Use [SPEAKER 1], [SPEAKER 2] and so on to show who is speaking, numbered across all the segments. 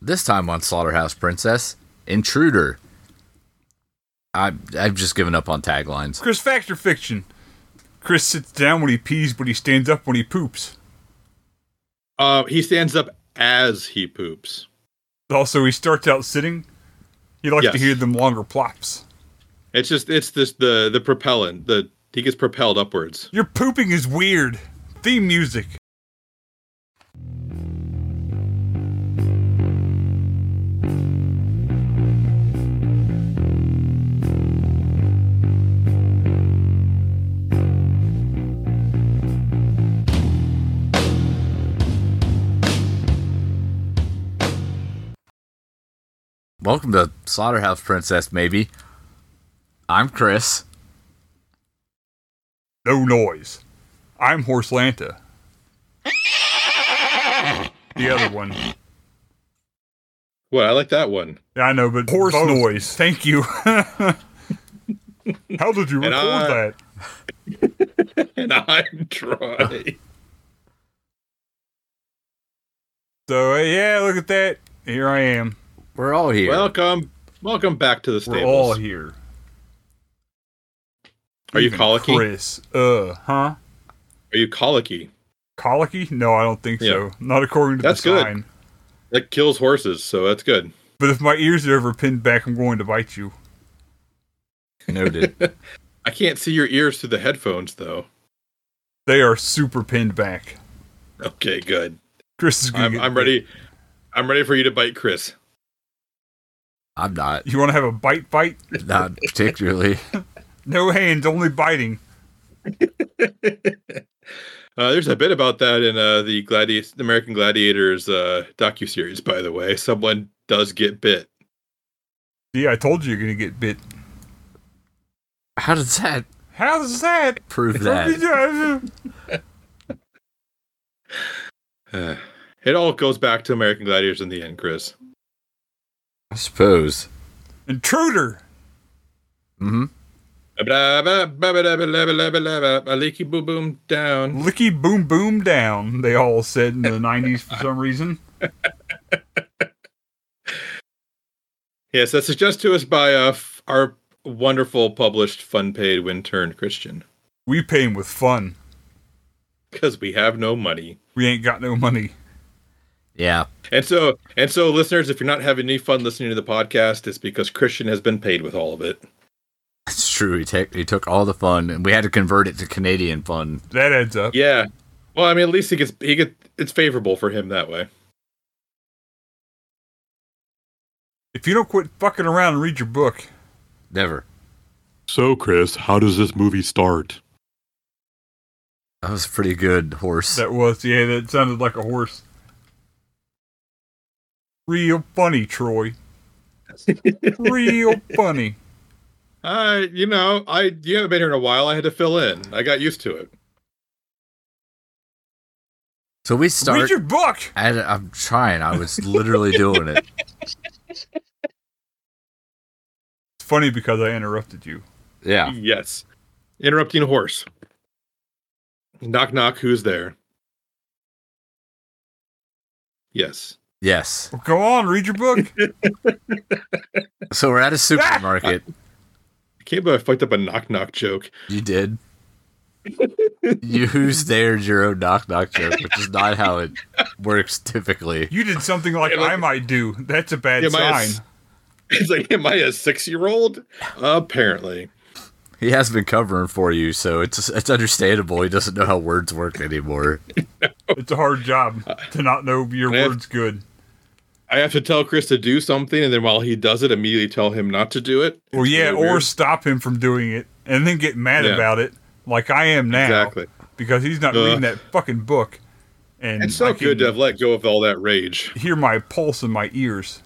[SPEAKER 1] This time on Slaughterhouse Princess, Intruder. I, I've just given up on taglines.
[SPEAKER 2] Chris, fact or fiction? Chris sits down when he pees, but he stands up when he poops.
[SPEAKER 3] Uh, he stands up as he poops.
[SPEAKER 2] Also, he starts out sitting. You like to
[SPEAKER 3] Yes.
[SPEAKER 2] hear them longer plops.
[SPEAKER 3] It's just it's this the the propellant. The he gets propelled upwards.
[SPEAKER 2] Your pooping is weird. Theme music.
[SPEAKER 1] Welcome to Slaughterhouse Princess, maybe. I'm Chris.
[SPEAKER 2] No noise. I'm Horse Lanta. the other one.
[SPEAKER 3] What I like that one.
[SPEAKER 2] Yeah, I know, but horse noise. Thank you. How did you record
[SPEAKER 3] And I-
[SPEAKER 2] that?
[SPEAKER 3] And I'm dry.
[SPEAKER 2] So uh, yeah, look at that. Here I am.
[SPEAKER 1] We're all here.
[SPEAKER 3] welcome, welcome back to the
[SPEAKER 2] We're all
[SPEAKER 3] stables.
[SPEAKER 2] here.
[SPEAKER 3] Are you
[SPEAKER 2] Even
[SPEAKER 3] colicky?
[SPEAKER 2] Chris? Uh, huh?
[SPEAKER 3] Are you colicky?
[SPEAKER 2] Colicky? No, I don't think so.
[SPEAKER 3] Yeah.
[SPEAKER 2] Not according to
[SPEAKER 3] That's
[SPEAKER 2] the
[SPEAKER 3] good.
[SPEAKER 2] sign.
[SPEAKER 3] That kills horses, so that's good.
[SPEAKER 2] But if my ears are ever pinned back, I'm going to bite you.
[SPEAKER 1] Noted.
[SPEAKER 3] I can't see your ears through the headphones though.
[SPEAKER 2] They are super pinned back.
[SPEAKER 3] Okay, good.
[SPEAKER 2] Chris is going
[SPEAKER 3] I'm I'm ready. I'm ready for you to bite Chris.
[SPEAKER 1] I'm not.
[SPEAKER 2] You want to have a bite bite?
[SPEAKER 1] Not particularly.
[SPEAKER 2] No hands, only biting.
[SPEAKER 3] Uh, there's a bit about that in uh, the Gladi- American Gladiators uh, docu series, by the way. Someone does get bit.
[SPEAKER 2] Yeah, I told you you're going to get bit.
[SPEAKER 1] How does that
[SPEAKER 2] How's that?
[SPEAKER 1] prove that?
[SPEAKER 3] Eh. it all goes back to American Gladiators in the end, Chris.
[SPEAKER 1] I suppose.
[SPEAKER 2] Intruder.
[SPEAKER 1] hmm
[SPEAKER 3] A leaky boom boom down.
[SPEAKER 2] Licky boom boom down, they all said in the 90s for some reason.
[SPEAKER 3] Yes, that's suggested to us by uh, f- our wonderful published fun paid win turned Christian
[SPEAKER 2] We pay 'em with fun.
[SPEAKER 3] because we have no money.
[SPEAKER 2] We ain't got no money.
[SPEAKER 1] Yeah.
[SPEAKER 3] And so, and so, listeners, if you're not having any fun listening to the podcast, it's because Christian has been paid with all of it.
[SPEAKER 1] It's true. He, take he took all the fun, and we had to convert it to Canadian fun.
[SPEAKER 2] That adds up.
[SPEAKER 3] Yeah. Well, I mean, at least he gets he get it's favorable for him that way.
[SPEAKER 2] If you don't quit fucking around and read your book,
[SPEAKER 1] Never.
[SPEAKER 4] So, Chris, how does this movie start?
[SPEAKER 1] That was a pretty good horse.
[SPEAKER 2] that was, yeah, that sounded like a horse. Real funny, Troy. Real funny.
[SPEAKER 3] I, you know, I you haven't been here in a while. I had to fill in. I got used to it.
[SPEAKER 1] So we start.
[SPEAKER 2] Read your book.
[SPEAKER 1] I had- I'm trying. I was literally doing it.
[SPEAKER 2] It's funny because I interrupted you.
[SPEAKER 1] Yeah.
[SPEAKER 3] Yes. Interrupting a horse. Knock knock. Who's there? Yes.
[SPEAKER 1] Yes.
[SPEAKER 2] Well, go on, read your book.
[SPEAKER 1] So we're at a supermarket.
[SPEAKER 3] I can't believe I fucked up a knock knock joke.
[SPEAKER 1] You did. You who's there is your own knock knock joke, which is not how it works typically.
[SPEAKER 2] You did something like
[SPEAKER 3] Yeah, like-
[SPEAKER 2] I might do. That's a bad
[SPEAKER 3] Am I a
[SPEAKER 2] sign.
[SPEAKER 3] s- It's like, am I a six year old? Apparently.
[SPEAKER 1] He has been covering for you, so it's it's understandable. He doesn't know how words work anymore.
[SPEAKER 2] It's a hard job to not know your
[SPEAKER 3] I have-
[SPEAKER 2] words good.
[SPEAKER 3] I have to tell Chris to do something, and then while he does it, immediately tell him not to do it.
[SPEAKER 2] Well,
[SPEAKER 3] It's
[SPEAKER 2] yeah,
[SPEAKER 3] really
[SPEAKER 2] or
[SPEAKER 3] weird.
[SPEAKER 2] stop him from doing it and then get mad
[SPEAKER 3] Yeah.
[SPEAKER 2] about it, like I am now,
[SPEAKER 3] exactly.
[SPEAKER 2] because he's not
[SPEAKER 3] Ugh.
[SPEAKER 2] reading that fucking book. And
[SPEAKER 3] It's so
[SPEAKER 2] I
[SPEAKER 3] good to
[SPEAKER 2] can
[SPEAKER 3] have let go of all that rage.
[SPEAKER 2] hear my pulse in my ears.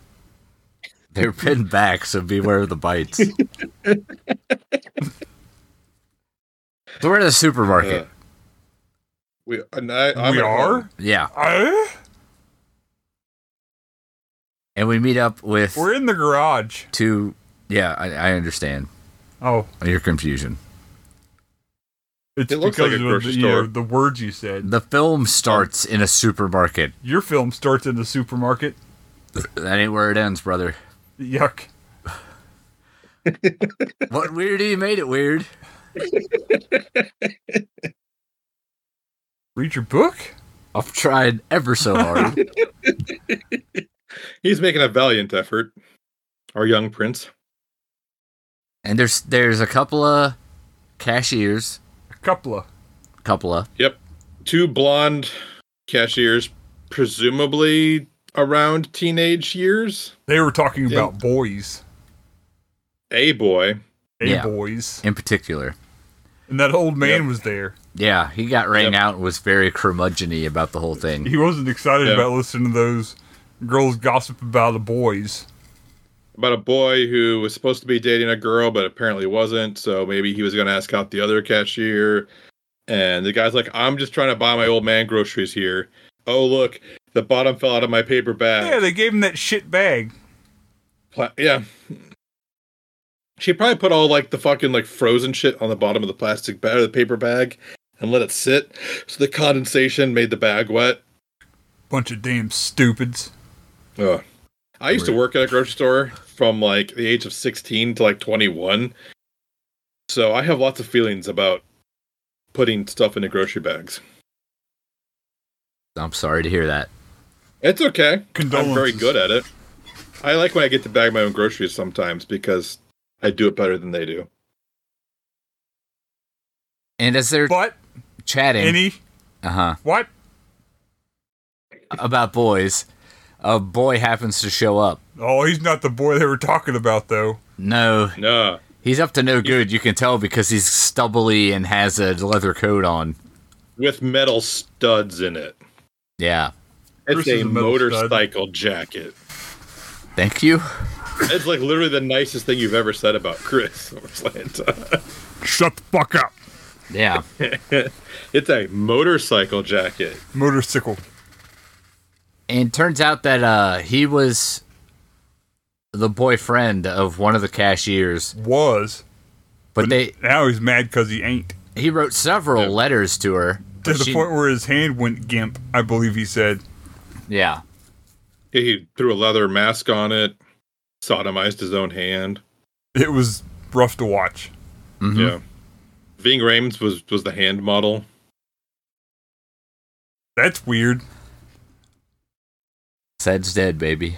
[SPEAKER 1] They're pinned back, so beware of the bites. so we're at a supermarket.
[SPEAKER 3] Uh, we and I, I'm
[SPEAKER 2] we
[SPEAKER 3] at
[SPEAKER 2] are.
[SPEAKER 3] home.
[SPEAKER 1] yeah.
[SPEAKER 2] Eh?
[SPEAKER 1] And we meet up with
[SPEAKER 2] we're in the garage.
[SPEAKER 1] two yeah, I, I understand
[SPEAKER 2] Oh,
[SPEAKER 1] your confusion.
[SPEAKER 2] it's
[SPEAKER 3] It looks
[SPEAKER 2] because
[SPEAKER 3] like
[SPEAKER 2] of
[SPEAKER 3] a
[SPEAKER 2] the,
[SPEAKER 3] grocery
[SPEAKER 2] you know,
[SPEAKER 3] store.
[SPEAKER 2] the words you said.
[SPEAKER 1] The film starts in a supermarket.
[SPEAKER 2] Your film starts in the supermarket.
[SPEAKER 1] That ain't where it ends, brother.
[SPEAKER 2] Yuck.
[SPEAKER 1] What weirdy made it weird?
[SPEAKER 2] Read your book?
[SPEAKER 1] I've tried ever so hard.
[SPEAKER 3] He's making a valiant effort. Our young prince.
[SPEAKER 1] And there's there's a couple of cashiers,
[SPEAKER 2] A couple of.
[SPEAKER 1] couple of
[SPEAKER 3] Two blonde cashiers, presumably around teenage years.
[SPEAKER 2] They were talking
[SPEAKER 3] Yeah.
[SPEAKER 2] about boys.
[SPEAKER 3] A boy.
[SPEAKER 2] Hey,
[SPEAKER 1] Yeah.
[SPEAKER 2] boys.
[SPEAKER 1] in particular.
[SPEAKER 2] And that old man
[SPEAKER 3] Yep.
[SPEAKER 2] was there.
[SPEAKER 1] Yeah, he got rang
[SPEAKER 3] Yep.
[SPEAKER 1] out and was very curmudgeony about the whole thing.
[SPEAKER 2] He wasn't excited
[SPEAKER 3] Yeah.
[SPEAKER 2] about listening to those girls gossip about the boys.
[SPEAKER 3] About a boy who was supposed to be dating a girl, but apparently wasn't. So maybe he was going to ask out the other cashier. And the guy's like, I'm just trying to buy my old man groceries here. Oh, look, the bottom fell out of my paper bag.
[SPEAKER 2] Yeah, they gave him that shit bag.
[SPEAKER 3] Pla- yeah. She probably put all like the fucking like frozen shit on the bottom of the plastic bag or the paper bag and let it sit. So the condensation made the bag wet.
[SPEAKER 2] Bunch of damn stupids.
[SPEAKER 3] Ugh. I used to work at a grocery store from like the age of 16 to like 21. So I have lots of feelings about putting stuff into grocery bags.
[SPEAKER 1] I'm sorry to hear that.
[SPEAKER 3] It's okay. I'm very
[SPEAKER 2] Condolences.
[SPEAKER 3] good at it. I like when I get to bag my own groceries sometimes because I do it better than they do.
[SPEAKER 1] And as they're
[SPEAKER 2] But
[SPEAKER 1] chatting,
[SPEAKER 2] any
[SPEAKER 1] uh huh,
[SPEAKER 2] what?
[SPEAKER 1] about boys, a boy happens to show up.
[SPEAKER 2] Oh, he's not the boy they were talking about though.
[SPEAKER 1] No,
[SPEAKER 3] No.
[SPEAKER 1] he's up to no good. You can tell because he's stubbly and has a leather coat on.
[SPEAKER 3] with metal studs in it.
[SPEAKER 1] Yeah,
[SPEAKER 3] It's
[SPEAKER 2] Bruce is
[SPEAKER 3] a
[SPEAKER 2] a metal stud.
[SPEAKER 3] motorcycle jacket.
[SPEAKER 1] thank you.
[SPEAKER 3] It's like literally the nicest thing you've ever said about Chris or Slanta.
[SPEAKER 2] Shut the fuck up.
[SPEAKER 1] Yeah,
[SPEAKER 3] It's a motorcycle jacket.
[SPEAKER 2] Motorcycle.
[SPEAKER 1] and turns out that uh he was the boyfriend of one of the cashiers,
[SPEAKER 2] Was.
[SPEAKER 1] but they
[SPEAKER 2] Now he's mad because he ain't.
[SPEAKER 1] he wrote several letters to her.
[SPEAKER 2] To
[SPEAKER 1] but
[SPEAKER 2] the
[SPEAKER 1] she-
[SPEAKER 2] point where his hand went gimp, I believe he said.
[SPEAKER 1] yeah,
[SPEAKER 3] He threw a leather mask on it, sodomized his own hand.
[SPEAKER 2] It was rough to watch.
[SPEAKER 1] mhm.
[SPEAKER 3] Yeah. Ving Rames was was the hand model.
[SPEAKER 2] That's weird.
[SPEAKER 1] Zed's dead, baby.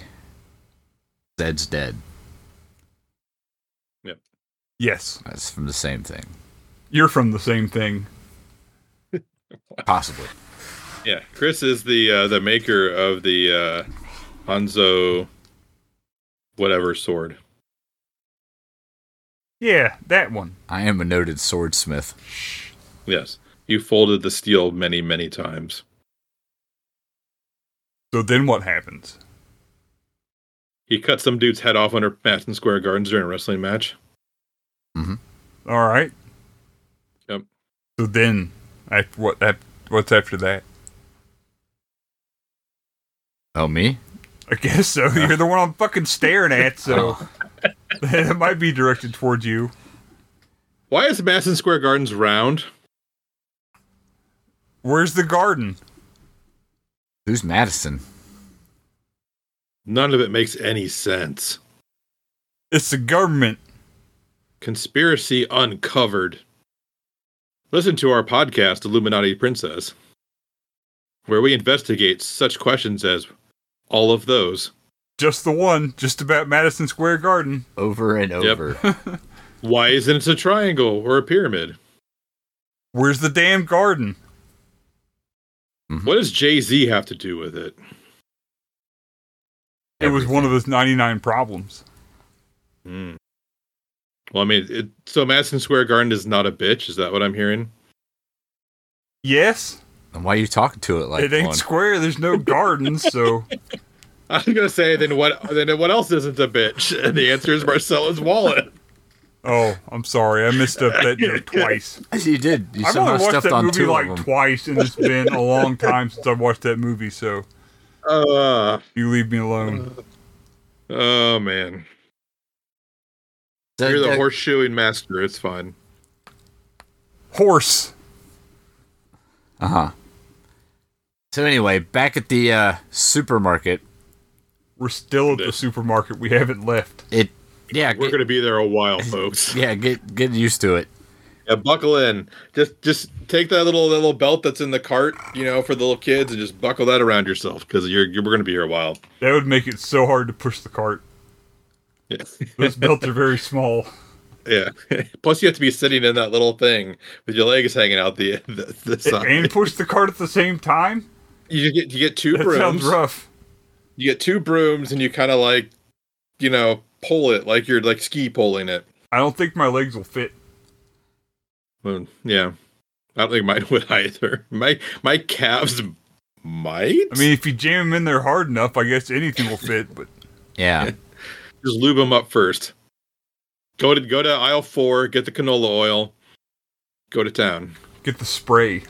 [SPEAKER 1] Zed's dead.
[SPEAKER 2] Yes.
[SPEAKER 1] That's from the same thing,
[SPEAKER 2] You're from the same thing.
[SPEAKER 1] possibly.
[SPEAKER 3] Yeah, Chris is the uh, the maker of the uh, Hanzo whatever sword.
[SPEAKER 2] Yeah, that one.
[SPEAKER 1] I am a noted swordsmith.
[SPEAKER 3] Yes, you folded the steel many many times.
[SPEAKER 2] So then what happens?
[SPEAKER 3] He cut some dude's head off under Madison Square Gardens during a wrestling match.
[SPEAKER 2] All right.
[SPEAKER 3] Yep.
[SPEAKER 2] So then, after what? That what's after that?
[SPEAKER 1] Oh, me?
[SPEAKER 2] I guess so. You're the one I'm fucking staring at, so it might be directed towards you.
[SPEAKER 3] Why is Madison Square Gardens round?
[SPEAKER 2] Where's the garden?
[SPEAKER 1] Who's Madison?
[SPEAKER 3] None of it makes any sense.
[SPEAKER 2] It's the government.
[SPEAKER 3] Conspiracy uncovered. Listen to our podcast, Illuminati Princess, where we investigate such questions as all of those.
[SPEAKER 2] Just the one. Just about Madison Square Garden.
[SPEAKER 1] Over and over.
[SPEAKER 3] Why isn't it a triangle or a pyramid?
[SPEAKER 2] Where's the damn garden?
[SPEAKER 3] What does Jay Z have to do with it?
[SPEAKER 2] It was
[SPEAKER 1] Everything.
[SPEAKER 2] one of those 99 problems.
[SPEAKER 3] Hmm. Well, I mean, it, so Madison Square Garden is not a bitch. Is that what I'm hearing?
[SPEAKER 2] Yes,
[SPEAKER 1] And why are you talking to it like
[SPEAKER 2] it ain't
[SPEAKER 1] one?
[SPEAKER 2] square. There's no garden, so
[SPEAKER 3] I was gonna say then what then what else isn't a bitch? And the answer is Marcella's wallet.
[SPEAKER 2] oh, I'm sorry, I missed up that joke twice.
[SPEAKER 1] you did. You
[SPEAKER 2] I've
[SPEAKER 1] somehow
[SPEAKER 2] only watched
[SPEAKER 1] stepped
[SPEAKER 2] that
[SPEAKER 1] on
[SPEAKER 2] movie
[SPEAKER 1] two
[SPEAKER 2] like
[SPEAKER 1] of them.
[SPEAKER 2] twice, and it's been a long time since I've watched that movie. So
[SPEAKER 3] Uh,
[SPEAKER 2] you leave me alone.
[SPEAKER 3] oh man,
[SPEAKER 1] So
[SPEAKER 3] you're the
[SPEAKER 1] that-
[SPEAKER 3] horseshoeing master. It's fine.
[SPEAKER 2] Horse.
[SPEAKER 1] Uh huh. So anyway, back at the uh, supermarket,
[SPEAKER 2] We're still at the supermarket. We haven't left.
[SPEAKER 1] It yeah,
[SPEAKER 3] We're
[SPEAKER 1] get,
[SPEAKER 3] going to be there a while, folks.
[SPEAKER 1] yeah, get get used to it.
[SPEAKER 3] Yeah, buckle in. Just just take that little that little belt that's in the cart, you know, for the little kids, and just buckle that around yourself because you're, you're we're going to be here a while.
[SPEAKER 2] That would make it so hard to push the cart.
[SPEAKER 3] Yeah.
[SPEAKER 2] Those belts are very small.
[SPEAKER 3] yeah. Plus, you have to be sitting in that little thing with your legs hanging out the the, the side.
[SPEAKER 2] And push the cart at the same time?
[SPEAKER 3] you get you get two
[SPEAKER 2] That sounds
[SPEAKER 3] brooms.
[SPEAKER 2] rough.
[SPEAKER 3] You get two brooms, and you kind of like, you know, pull it like you're like ski pulling it.
[SPEAKER 2] I don't think my legs will fit.
[SPEAKER 3] Well, yeah, I don't think mine would either. My my calves might.
[SPEAKER 2] I mean, if you jam them in there hard enough, I guess anything will fit. But
[SPEAKER 1] Yeah.
[SPEAKER 3] just lube them up first. Go to go to aisle four, get the canola oil, go to town.
[SPEAKER 2] get the spray,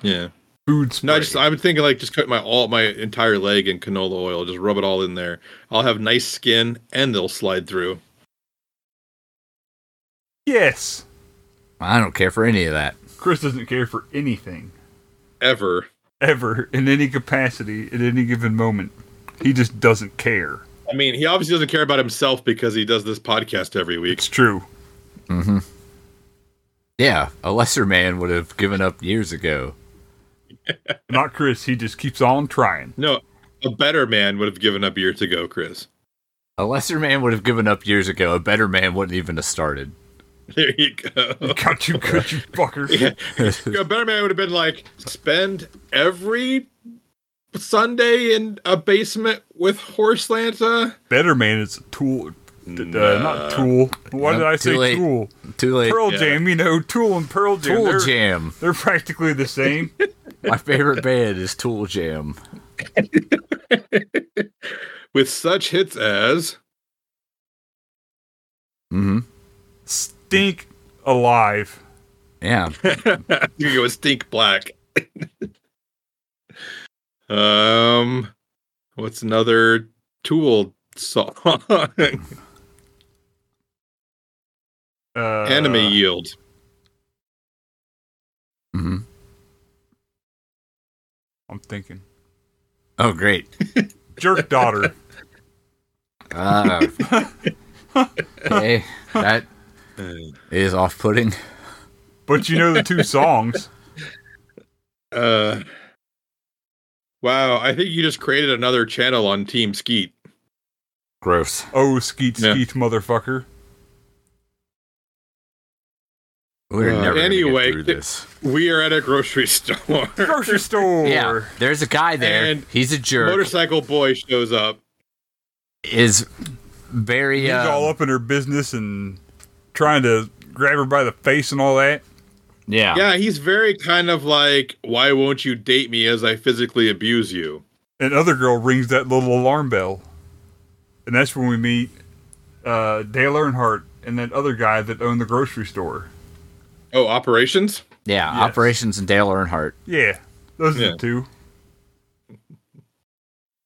[SPEAKER 3] Yeah.
[SPEAKER 2] food spray.
[SPEAKER 3] No, I just I'm thinking like just cut my all my entire leg in canola oil, just rub it all in there. I'll have nice skin and they'll slide through.
[SPEAKER 2] yes,
[SPEAKER 1] I don't care for any of that.
[SPEAKER 2] Chris doesn't care for anything
[SPEAKER 3] Ever.
[SPEAKER 2] ever in any capacity at any given moment. He just doesn't care.
[SPEAKER 3] I mean, he obviously doesn't care about himself because he does this podcast every week.
[SPEAKER 2] It's true.
[SPEAKER 1] Mhm. Yeah, a lesser man would have given up years ago.
[SPEAKER 2] Not Chris. He just keeps on trying.
[SPEAKER 3] No, a better man would have given up years ago, Chris.
[SPEAKER 1] A lesser man would have given up years ago. A better man wouldn't even have started.
[SPEAKER 3] There you go.
[SPEAKER 2] Got you, good you fucker.
[SPEAKER 3] a better man would have been like spend every Sunday in a basement with horse Lanta.
[SPEAKER 2] Better man is a tool. d- d- uh, not tool.
[SPEAKER 1] Nope,
[SPEAKER 2] Why did I
[SPEAKER 1] too
[SPEAKER 2] say
[SPEAKER 1] late.
[SPEAKER 2] tool?
[SPEAKER 1] Too late.
[SPEAKER 2] Pearl
[SPEAKER 3] Yeah.
[SPEAKER 2] Jam. You know, Tool and Pearl Jam.
[SPEAKER 1] Tool
[SPEAKER 2] they're,
[SPEAKER 1] Jam.
[SPEAKER 2] they're practically the same.
[SPEAKER 1] My favorite band is Tool Jam.
[SPEAKER 3] with such hits as
[SPEAKER 1] hmm
[SPEAKER 2] Stink alive.
[SPEAKER 1] Yeah.
[SPEAKER 3] you go with Stink Black. um, what's another Tool song?
[SPEAKER 2] Uh,
[SPEAKER 3] Anime Yield.
[SPEAKER 1] hmm
[SPEAKER 2] I'm thinking.
[SPEAKER 1] Oh, great.
[SPEAKER 2] Jerk daughter.
[SPEAKER 1] Uh, okay. That is off-putting.
[SPEAKER 2] but you know the two songs.
[SPEAKER 3] Uh, wow, I think you just created another channel on Team Skeet.
[SPEAKER 1] Gross.
[SPEAKER 2] Oh, skeet
[SPEAKER 3] Yeah.
[SPEAKER 2] skeet, motherfucker.
[SPEAKER 1] We're
[SPEAKER 3] Uh,
[SPEAKER 1] never gonna
[SPEAKER 3] anyway,
[SPEAKER 1] get through
[SPEAKER 3] th-
[SPEAKER 1] this.
[SPEAKER 3] We are at a grocery store.
[SPEAKER 2] Grocery store.
[SPEAKER 1] Yeah, there's a guy there.
[SPEAKER 3] And
[SPEAKER 1] He's a jerk.
[SPEAKER 3] Motorcycle boy shows up.
[SPEAKER 1] is very
[SPEAKER 2] He's
[SPEAKER 1] um,
[SPEAKER 2] all up in her business and trying to grab her by the face and all that.
[SPEAKER 1] Yeah.
[SPEAKER 3] Yeah, he's very kind of like, why won't you date me as I physically abuse you?
[SPEAKER 2] And other girl rings that little alarm bell, and that's when we meet uh, Dale Earnhardt and that other guy that owned the grocery store.
[SPEAKER 3] Oh, operations?
[SPEAKER 1] Yeah,
[SPEAKER 2] Yes.
[SPEAKER 1] Operations and Dale Earnhardt.
[SPEAKER 2] Yeah, those are
[SPEAKER 3] Yeah.
[SPEAKER 2] the two.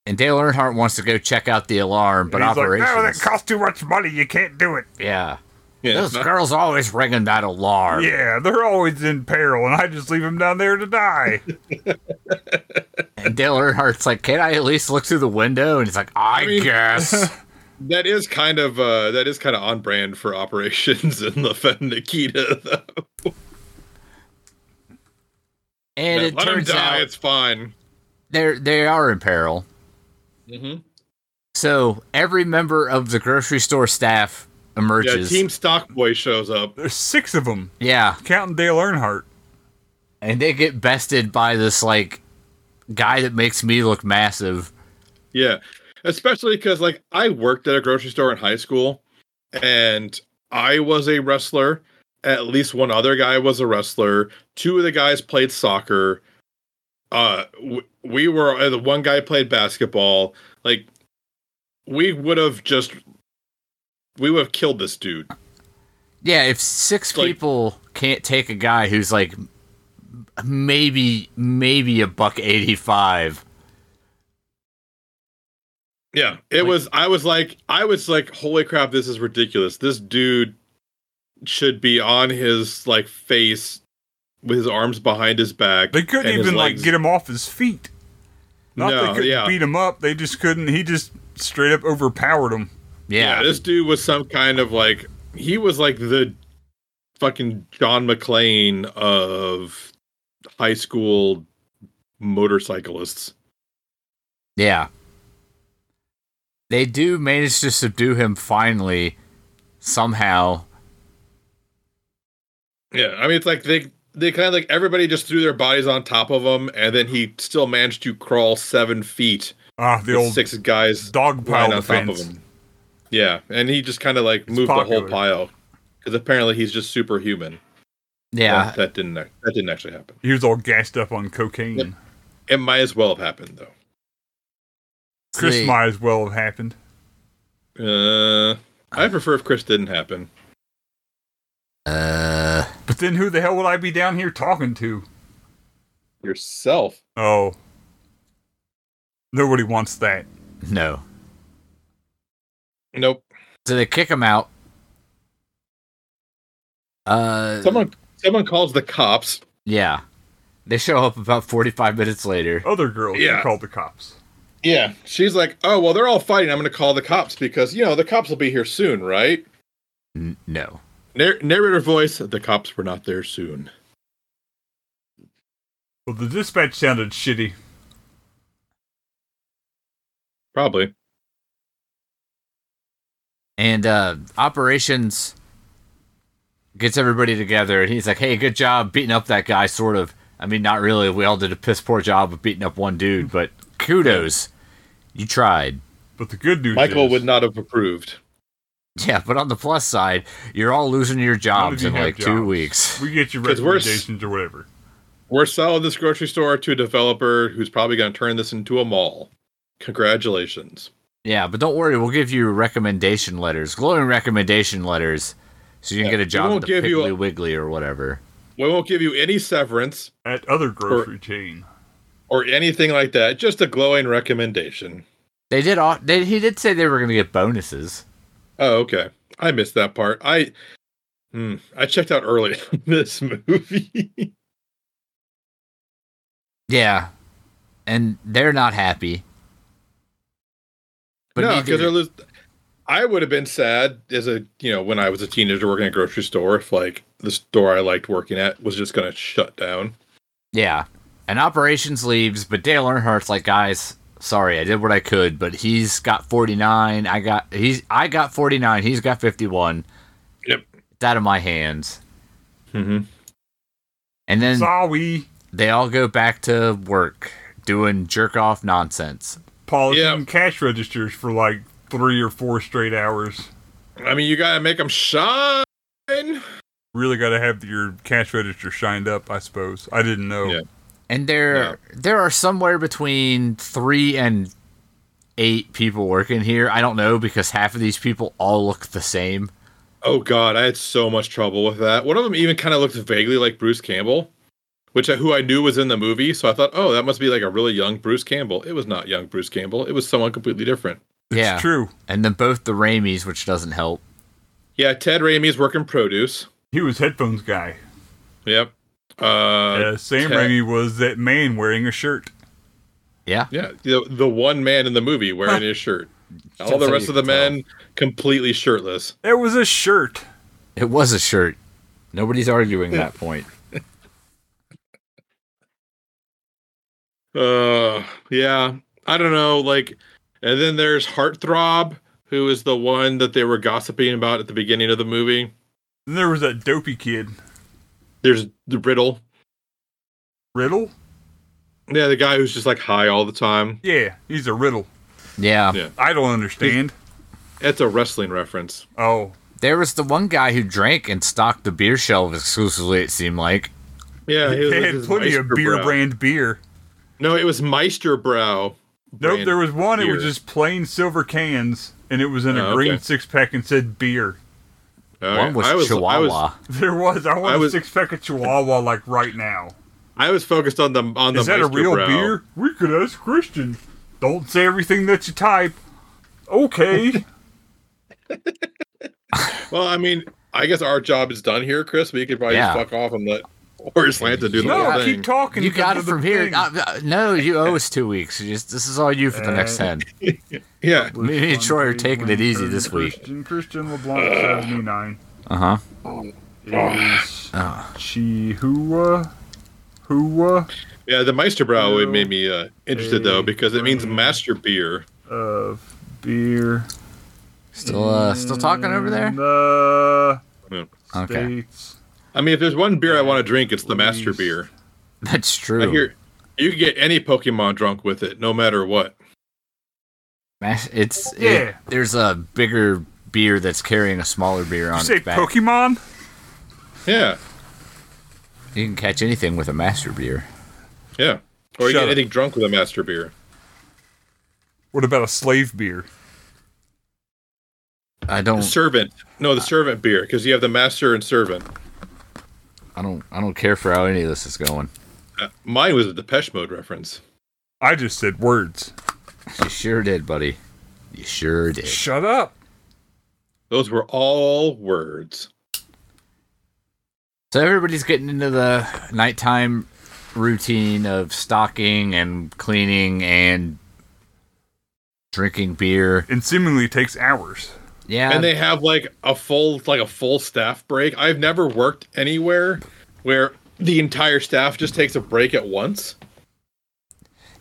[SPEAKER 1] And Dale Earnhardt wants to go check out the alarm, but
[SPEAKER 2] and he's
[SPEAKER 1] Operations.
[SPEAKER 2] like, "No, that costs too much money. You can't do it."
[SPEAKER 1] yeah.
[SPEAKER 3] Yeah.
[SPEAKER 1] Those girls always ringing that alarm.
[SPEAKER 2] Yeah, they're always in peril, and I just leave them down there to die.
[SPEAKER 1] And Dale Earnhardt's like, can I at least look through the window? And he's like, I,
[SPEAKER 3] I mean-
[SPEAKER 1] guess.
[SPEAKER 3] That is kind of uh that is kind of on brand for operations in the Fed Nikita though.
[SPEAKER 1] And it
[SPEAKER 3] Let him
[SPEAKER 1] turns
[SPEAKER 3] die,
[SPEAKER 1] out
[SPEAKER 3] it's fine.
[SPEAKER 1] they're they are in peril.
[SPEAKER 3] Mm-hmm.
[SPEAKER 1] So every member of the grocery store staff
[SPEAKER 3] Yeah,
[SPEAKER 1] emerges.
[SPEAKER 3] Team Stock Boy shows up.
[SPEAKER 2] There's six of them,
[SPEAKER 1] yeah.
[SPEAKER 2] counting Dale Earnhardt.
[SPEAKER 1] And they get bested by this like guy that makes me look massive.
[SPEAKER 3] Yeah. Especially because like I worked at a grocery store in high school and I was a wrestler. At least one other guy was a wrestler. Two of the guys played soccer. Uh w- we were uh, the one guy played basketball. Like we would have just we would have killed this dude.
[SPEAKER 1] Yeah, if six
[SPEAKER 3] Like-
[SPEAKER 1] people can't take a guy who's like maybe maybe a buck 85.
[SPEAKER 3] Yeah, it
[SPEAKER 1] Like-
[SPEAKER 3] was. I was like, I was like, holy crap, this is ridiculous. This dude should be on his like face with his arms behind his back.
[SPEAKER 2] They couldn't
[SPEAKER 3] and his
[SPEAKER 2] even like
[SPEAKER 3] legs-
[SPEAKER 2] get him off his feet. Not
[SPEAKER 3] No,
[SPEAKER 2] they couldn't
[SPEAKER 3] yeah.
[SPEAKER 2] beat him up. They just couldn't. He just straight up overpowered him.
[SPEAKER 1] Yeah.
[SPEAKER 3] this dude was some kind of like he was like the fucking John McClane of high school motorcyclists.
[SPEAKER 1] Yeah. They do manage to subdue him finally, somehow.
[SPEAKER 3] Yeah, I mean it's like they they kind of like everybody just threw their bodies on top of him, and then he still managed to crawl seven feet.
[SPEAKER 2] Ah, the
[SPEAKER 3] with
[SPEAKER 2] old
[SPEAKER 3] six guys
[SPEAKER 2] dog
[SPEAKER 3] lying
[SPEAKER 2] pile
[SPEAKER 3] on top of
[SPEAKER 2] defense.
[SPEAKER 3] him. Yeah, and he just kind of like moved the
[SPEAKER 2] popular.
[SPEAKER 3] whole pile because apparently he's just superhuman.
[SPEAKER 1] Yeah.
[SPEAKER 3] Well, that didn't ac- that didn't actually happen.
[SPEAKER 2] He was all gassed up on cocaine.
[SPEAKER 3] Yep. It might as well have happened though.
[SPEAKER 2] Chris
[SPEAKER 1] They-
[SPEAKER 2] might as well have happened.
[SPEAKER 3] Uh, I prefer if Chris didn't happen.
[SPEAKER 1] Uh,
[SPEAKER 2] But then who the hell would I be down here talking to?
[SPEAKER 3] Yourself.
[SPEAKER 2] Oh. Nobody wants that.
[SPEAKER 1] no.
[SPEAKER 3] Nope.
[SPEAKER 1] So they kick him out. Uh,
[SPEAKER 3] Someone someone calls the cops.
[SPEAKER 1] yeah. They show up about 45 minutes later.
[SPEAKER 2] Other girls who
[SPEAKER 3] Yeah.
[SPEAKER 2] called the cops.
[SPEAKER 3] Yeah. She's like, "Oh, well, they're all fighting. I'm going to call the cops because, you know, the cops will be here soon, right?"
[SPEAKER 1] N- no.
[SPEAKER 3] Nar- narrator voice, "The cops were not there soon."
[SPEAKER 2] Well, the dispatch sounded shitty.
[SPEAKER 3] Probably.
[SPEAKER 1] And uh, operations gets everybody together, and he's like, "Hey, good job beating up that guy." Sort of. I mean, not really. We all did a piss poor job of beating up one dude, but kudos, you tried.
[SPEAKER 2] But the good news
[SPEAKER 3] Michael
[SPEAKER 2] is,
[SPEAKER 3] would not have approved.
[SPEAKER 1] Yeah, but on the plus side, you're all losing your jobs
[SPEAKER 2] you
[SPEAKER 1] in
[SPEAKER 2] have
[SPEAKER 1] like two
[SPEAKER 2] jobs.
[SPEAKER 1] weeks.
[SPEAKER 2] we get your
[SPEAKER 3] 'Cause we're s-
[SPEAKER 2] recommendations or whatever.
[SPEAKER 3] We're selling this grocery store to a developer who's probably going to turn this into a mall. Congratulations.
[SPEAKER 1] Yeah, but don't worry, we'll give you recommendation letters, glowing recommendation letters, so you can
[SPEAKER 3] Yeah,
[SPEAKER 1] get a
[SPEAKER 3] we
[SPEAKER 1] job at
[SPEAKER 3] won't
[SPEAKER 1] the
[SPEAKER 3] give you
[SPEAKER 1] Piggly
[SPEAKER 3] a-
[SPEAKER 1] Wiggly or whatever.
[SPEAKER 3] We won't give you any severance
[SPEAKER 2] At other grocery chain.
[SPEAKER 3] or anything like that. Just a glowing recommendation.
[SPEAKER 1] They did. au- They, he did say they were going to get bonuses.
[SPEAKER 3] Oh, okay. I missed that part. I hmm, I checked out early on this movie.
[SPEAKER 1] Yeah, and they're not happy. But
[SPEAKER 3] no,
[SPEAKER 1] neither-
[SPEAKER 3] because lo- I would have been sad as a you know when I was a teenager working at a grocery store if like the store I liked working at was just going to shut down.
[SPEAKER 1] yeah, and operations leaves, but Dale Earnhardt's like, guys, sorry, I did what I could, but he's got forty nine. I got he's I got forty nine. He's got fifty one.
[SPEAKER 3] Yep.
[SPEAKER 1] It's out of my hands.
[SPEAKER 3] Mm-hmm.
[SPEAKER 1] And then
[SPEAKER 2] Sorry,
[SPEAKER 1] they all go back to work doing jerk off nonsense.
[SPEAKER 2] polishing
[SPEAKER 3] Yeah.
[SPEAKER 2] cash registers for like three or four straight hours.
[SPEAKER 3] I mean, you got to make them shine.
[SPEAKER 2] Really got to have your cash register shined up, I suppose. I didn't know.
[SPEAKER 3] Yeah.
[SPEAKER 1] And there
[SPEAKER 3] Yeah.
[SPEAKER 1] there are somewhere between three and eight people working here. I don't know because half of these people all look the same.
[SPEAKER 3] Oh God, I had so much trouble with that. One of them even kind of looked vaguely like Bruce Campbell, which I, who I knew was in the movie. So I thought, oh, that must be like a really young Bruce Campbell. It was not young Bruce Campbell. It was someone completely different.
[SPEAKER 2] It's
[SPEAKER 1] yeah.
[SPEAKER 2] true.
[SPEAKER 1] And then both the Raimis, which doesn't help.
[SPEAKER 3] Yeah, Ted Raimi's working produce.
[SPEAKER 2] He was headphones guy.
[SPEAKER 3] Yep. Uh,
[SPEAKER 2] Uh, Sam
[SPEAKER 3] Ted-
[SPEAKER 2] Raimi was that man wearing a shirt.
[SPEAKER 1] Yeah.
[SPEAKER 3] Yeah, the, the one man in the movie wearing his shirt. All
[SPEAKER 1] That's
[SPEAKER 3] the
[SPEAKER 1] how
[SPEAKER 3] rest
[SPEAKER 1] you
[SPEAKER 3] of the
[SPEAKER 1] can tell.
[SPEAKER 3] men completely shirtless.
[SPEAKER 2] It was a shirt.
[SPEAKER 1] It was a shirt. Nobody's arguing that point.
[SPEAKER 3] Uh, yeah. I don't know. Like, and then there's Heartthrob, who is the one that they were gossiping about at the beginning of the movie.
[SPEAKER 2] Then there was that dopey kid.
[SPEAKER 3] There's the Riddle.
[SPEAKER 2] Riddle?
[SPEAKER 3] Yeah, the guy who's just like high all the time.
[SPEAKER 2] Yeah, he's a riddle.
[SPEAKER 1] Yeah.
[SPEAKER 3] Yeah.
[SPEAKER 2] I don't understand.
[SPEAKER 3] That's a wrestling reference.
[SPEAKER 2] Oh,
[SPEAKER 1] There was the one guy who drank and stocked the beer shelf exclusively, it seemed like.
[SPEAKER 3] Yeah, it was-
[SPEAKER 2] they
[SPEAKER 3] it
[SPEAKER 2] had
[SPEAKER 3] was
[SPEAKER 2] plenty of beer
[SPEAKER 3] Meisterbrow.
[SPEAKER 2] brand beer.
[SPEAKER 3] No, it was Meisterbrow.
[SPEAKER 2] Nope,
[SPEAKER 3] brand
[SPEAKER 2] there was one. It was
[SPEAKER 3] beer.
[SPEAKER 2] just plain silver cans, and it was in a
[SPEAKER 3] Oh,
[SPEAKER 2] green
[SPEAKER 3] okay.
[SPEAKER 2] six pack and said beer.
[SPEAKER 3] Okay.
[SPEAKER 1] One was,
[SPEAKER 3] I was
[SPEAKER 1] Chihuahua.
[SPEAKER 3] I was,
[SPEAKER 2] There was. I want
[SPEAKER 3] I was-
[SPEAKER 2] a six pack of Chihuahua like right now.
[SPEAKER 3] I was focused on the on the
[SPEAKER 2] Is that a real
[SPEAKER 3] Meisterbrow.
[SPEAKER 2] beer? We could ask Christian. Don't say everything that you type. Okay.
[SPEAKER 3] Well, I mean, I guess our job is done here, Chris. We could probably
[SPEAKER 1] Yeah.
[SPEAKER 3] just fuck off and let or slant to do the
[SPEAKER 2] No,
[SPEAKER 3] whole thing.
[SPEAKER 2] keep talking.
[SPEAKER 1] You
[SPEAKER 2] because
[SPEAKER 1] got it
[SPEAKER 2] of the
[SPEAKER 1] from here.
[SPEAKER 2] thing.
[SPEAKER 1] Uh, uh, no, you owe us two weeks. You just- this is all you for the next ten.
[SPEAKER 3] yeah,
[SPEAKER 1] Me and
[SPEAKER 2] Christian
[SPEAKER 1] Troy are taking it easy this
[SPEAKER 2] Christian-
[SPEAKER 1] week.
[SPEAKER 2] Christian, Christian LeBlanc, 79.
[SPEAKER 1] Uh huh.
[SPEAKER 2] Is Chihuahua? Hua?
[SPEAKER 3] yeah. The Meisterbrow
[SPEAKER 2] Two,
[SPEAKER 3] made me uh, interested though
[SPEAKER 2] three,
[SPEAKER 3] because it means
[SPEAKER 2] three.
[SPEAKER 3] master beer.
[SPEAKER 2] Of beer.
[SPEAKER 1] Still, uh, still talking over there.
[SPEAKER 2] in The
[SPEAKER 1] Okay,
[SPEAKER 2] States.
[SPEAKER 3] I mean, if there's one beer I want to drink, it's the master
[SPEAKER 2] Please.
[SPEAKER 3] beer.
[SPEAKER 1] that's true.
[SPEAKER 3] I hear you can get any Pokemon drunk with it, no matter what.
[SPEAKER 1] Mas- It's it-
[SPEAKER 2] Yeah.
[SPEAKER 1] there's a bigger beer that's carrying a smaller beer on
[SPEAKER 2] You say
[SPEAKER 1] its back.
[SPEAKER 2] Pokemon?
[SPEAKER 3] Yeah,
[SPEAKER 1] you can catch anything with a master beer.
[SPEAKER 3] yeah. Or
[SPEAKER 2] Shut
[SPEAKER 3] you get
[SPEAKER 2] up.
[SPEAKER 3] anything drunk with a master beer.
[SPEAKER 2] What about a slave beer?
[SPEAKER 1] I don't.
[SPEAKER 3] Servant. No, the servant beer because you have the master and servant.
[SPEAKER 1] I don't. I don't care for how any of this is going.
[SPEAKER 3] Uh, mine was a Depeche Mode reference.
[SPEAKER 2] I just said words.
[SPEAKER 1] You sure did, buddy. You sure did.
[SPEAKER 2] Shut up.
[SPEAKER 3] Those were all words.
[SPEAKER 1] So everybody's getting into the nighttime routine of stocking and cleaning and drinking beer.
[SPEAKER 2] And seemingly takes hours.
[SPEAKER 1] Yeah.
[SPEAKER 3] and they have like a full like a full staff break. I've never worked anywhere where the entire staff just takes a break at once.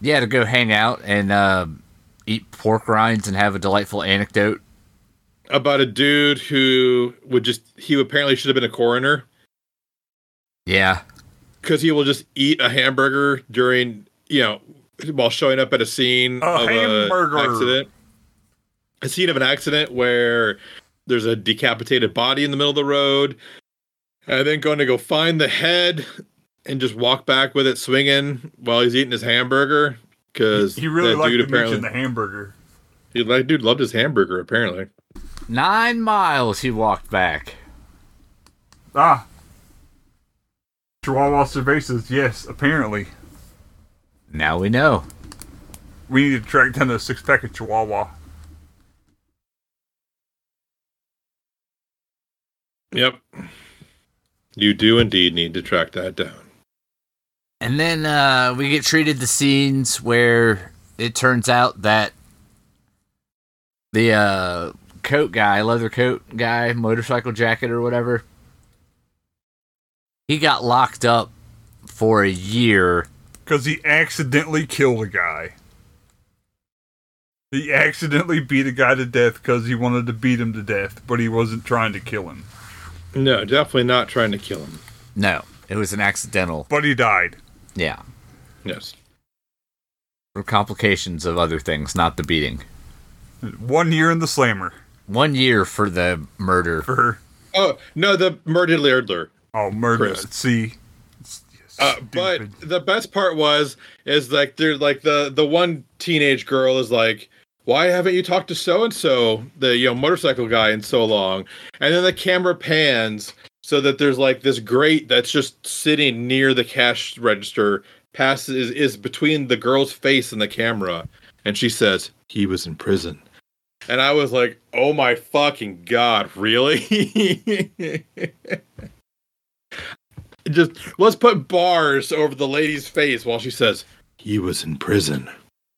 [SPEAKER 1] yeah, to go hang out and uh, eat pork rinds and have a delightful anecdote.
[SPEAKER 3] About a dude who would just he apparently should have been a coroner
[SPEAKER 1] Yeah.
[SPEAKER 3] because he will just eat a hamburger during you know while showing up at a scene
[SPEAKER 2] A
[SPEAKER 3] of
[SPEAKER 2] hamburger.
[SPEAKER 3] a accident. A scene of an accident where there's a decapitated body in the middle of the road, and then going to go find the head and just walk back with it swinging while he's eating his hamburger because
[SPEAKER 2] He really
[SPEAKER 3] that
[SPEAKER 2] liked
[SPEAKER 3] dude
[SPEAKER 2] to mention
[SPEAKER 3] apparently
[SPEAKER 2] the hamburger.
[SPEAKER 3] he, like dude loved his hamburger apparently.
[SPEAKER 1] Nine miles he walked back.
[SPEAKER 2] Ah. Chihuahua cervezas, yes, apparently.
[SPEAKER 1] Now we know.
[SPEAKER 2] We need to track down the six pack of Chihuahua.
[SPEAKER 3] Yep, you do indeed need to track that down.
[SPEAKER 1] And then uh, we get treated to scenes where it turns out that the uh, coat guy, leather coat guy, motorcycle jacket or whatever, he got locked up for a year.
[SPEAKER 2] Because he accidentally killed a guy. He accidentally beat a guy to death because he wanted to beat him to death, but he wasn't trying to kill him.
[SPEAKER 3] No, definitely not trying to kill him.
[SPEAKER 1] No, it was an accidental.
[SPEAKER 2] But he died.
[SPEAKER 1] Yeah.
[SPEAKER 3] Yes.
[SPEAKER 1] Or complications of other things, not the beating.
[SPEAKER 2] One year in the slammer
[SPEAKER 1] One year for the murder.
[SPEAKER 2] for
[SPEAKER 3] Oh no, the murdered Lairdler.
[SPEAKER 2] oh murder.
[SPEAKER 3] Chris.
[SPEAKER 2] See,
[SPEAKER 3] Uh, but
[SPEAKER 2] Stupid.
[SPEAKER 3] the best part was is like they're like the the one teenage girl is like, why haven't you talked to so and so the you know motorcycle guy in so long? And then the camera pans so that there's like this grate that's just sitting near the cash register, passes is, is between the girl's face and the camera, and she says he was in prison. And I was like, "Oh my fucking god, really?" just let's put bars over the lady's face while she says he was in prison.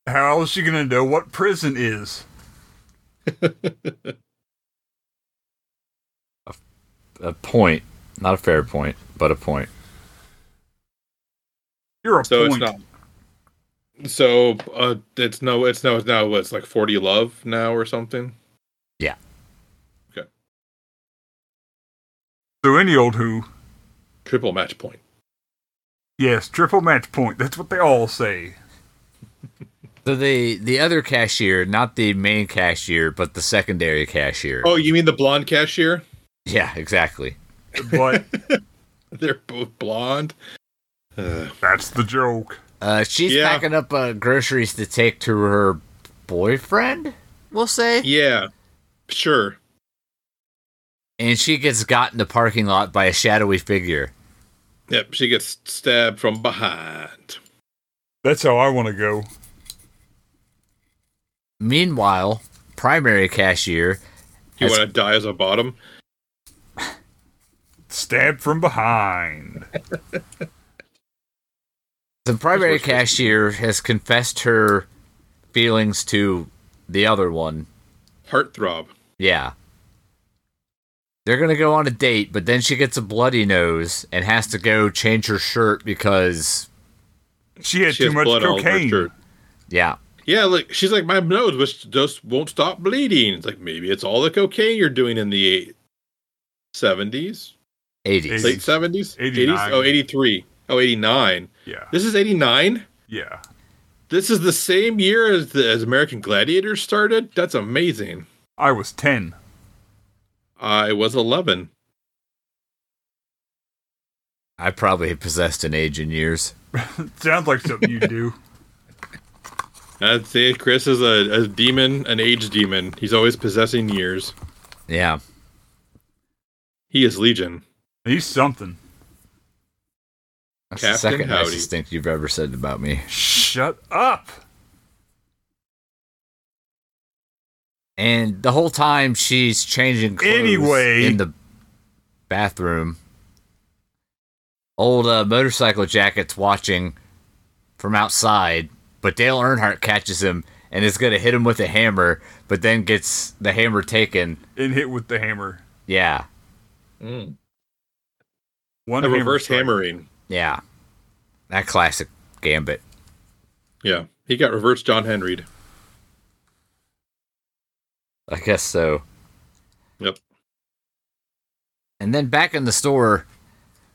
[SPEAKER 2] how is she gonna know what prison is?
[SPEAKER 1] A point. Not a fair point, but a point.
[SPEAKER 2] You're a
[SPEAKER 3] So
[SPEAKER 2] point.
[SPEAKER 3] it's not. So uh, it's no, it's no, it's now what, it's like forty love now or something.
[SPEAKER 2] So any old who,
[SPEAKER 3] Triple match point.
[SPEAKER 2] yes, triple match point. That's what they all say.
[SPEAKER 1] So the the other cashier, not the main cashier, but the secondary cashier.
[SPEAKER 3] Oh, you mean the blonde cashier?
[SPEAKER 1] Yeah, exactly.
[SPEAKER 2] But
[SPEAKER 3] They're both blonde. Uh,
[SPEAKER 2] that's the joke.
[SPEAKER 1] Uh, she's
[SPEAKER 3] Yeah.
[SPEAKER 1] packing up uh, groceries to take to her boyfriend, we'll say,
[SPEAKER 3] yeah, sure.
[SPEAKER 1] and she gets got in the parking lot by a shadowy figure.
[SPEAKER 3] Yep, she gets stabbed from behind.
[SPEAKER 2] That's how I want to go.
[SPEAKER 1] Meanwhile, primary cashier
[SPEAKER 3] You
[SPEAKER 1] That's-
[SPEAKER 3] want to die as a bottom?
[SPEAKER 2] Stabbed from behind.
[SPEAKER 1] The primary cashier has confessed her feelings to the other one.
[SPEAKER 3] Heartthrob.
[SPEAKER 1] Yeah. They're going to go on a date, but then she gets a bloody nose and has to go change her shirt because,
[SPEAKER 2] She had
[SPEAKER 3] She
[SPEAKER 2] too
[SPEAKER 3] has
[SPEAKER 2] much
[SPEAKER 3] blood all over her
[SPEAKER 2] cocaine.
[SPEAKER 3] shirt.
[SPEAKER 1] yeah.
[SPEAKER 3] Yeah, like she's like my nose, which just won't stop bleeding. It's like maybe it's all the cocaine you're doing in the eight, 70s,
[SPEAKER 1] 80s.
[SPEAKER 3] late 70s,
[SPEAKER 2] 89.
[SPEAKER 3] 80s, oh 83, oh 89.
[SPEAKER 2] Yeah,
[SPEAKER 3] This is 89.
[SPEAKER 2] yeah.
[SPEAKER 3] This is the same year as the as American Gladiator started. That's amazing.
[SPEAKER 2] I was ten.
[SPEAKER 3] I was 11.
[SPEAKER 1] I probably possessed an age in years.
[SPEAKER 2] Sounds like something you do.
[SPEAKER 3] I'd say Uh, Chris is a, a demon, an age demon. He's always possessing years.
[SPEAKER 1] Yeah.
[SPEAKER 3] He is legion.
[SPEAKER 2] He's something.
[SPEAKER 1] That's the
[SPEAKER 3] Captain
[SPEAKER 1] second
[SPEAKER 3] Howdy.
[SPEAKER 1] nicest thing you've ever said about me.
[SPEAKER 2] Shut up.
[SPEAKER 1] And the whole time she's changing clothes
[SPEAKER 2] Anyway.
[SPEAKER 1] in the bathroom. Old uh, motorcycle jacket's watching from outside, but Dale Earnhardt catches him and is going to hit him with a hammer, but then gets the hammer taken.
[SPEAKER 2] And hit with the hammer.
[SPEAKER 1] Yeah,
[SPEAKER 3] Mm.
[SPEAKER 2] One
[SPEAKER 3] A
[SPEAKER 2] hammer
[SPEAKER 3] reverse
[SPEAKER 2] strike.
[SPEAKER 3] hammering.
[SPEAKER 1] yeah. That classic gambit.
[SPEAKER 3] Yeah. He got reverse John Henry.
[SPEAKER 1] I guess so.
[SPEAKER 3] Yep.
[SPEAKER 1] And then back in the store,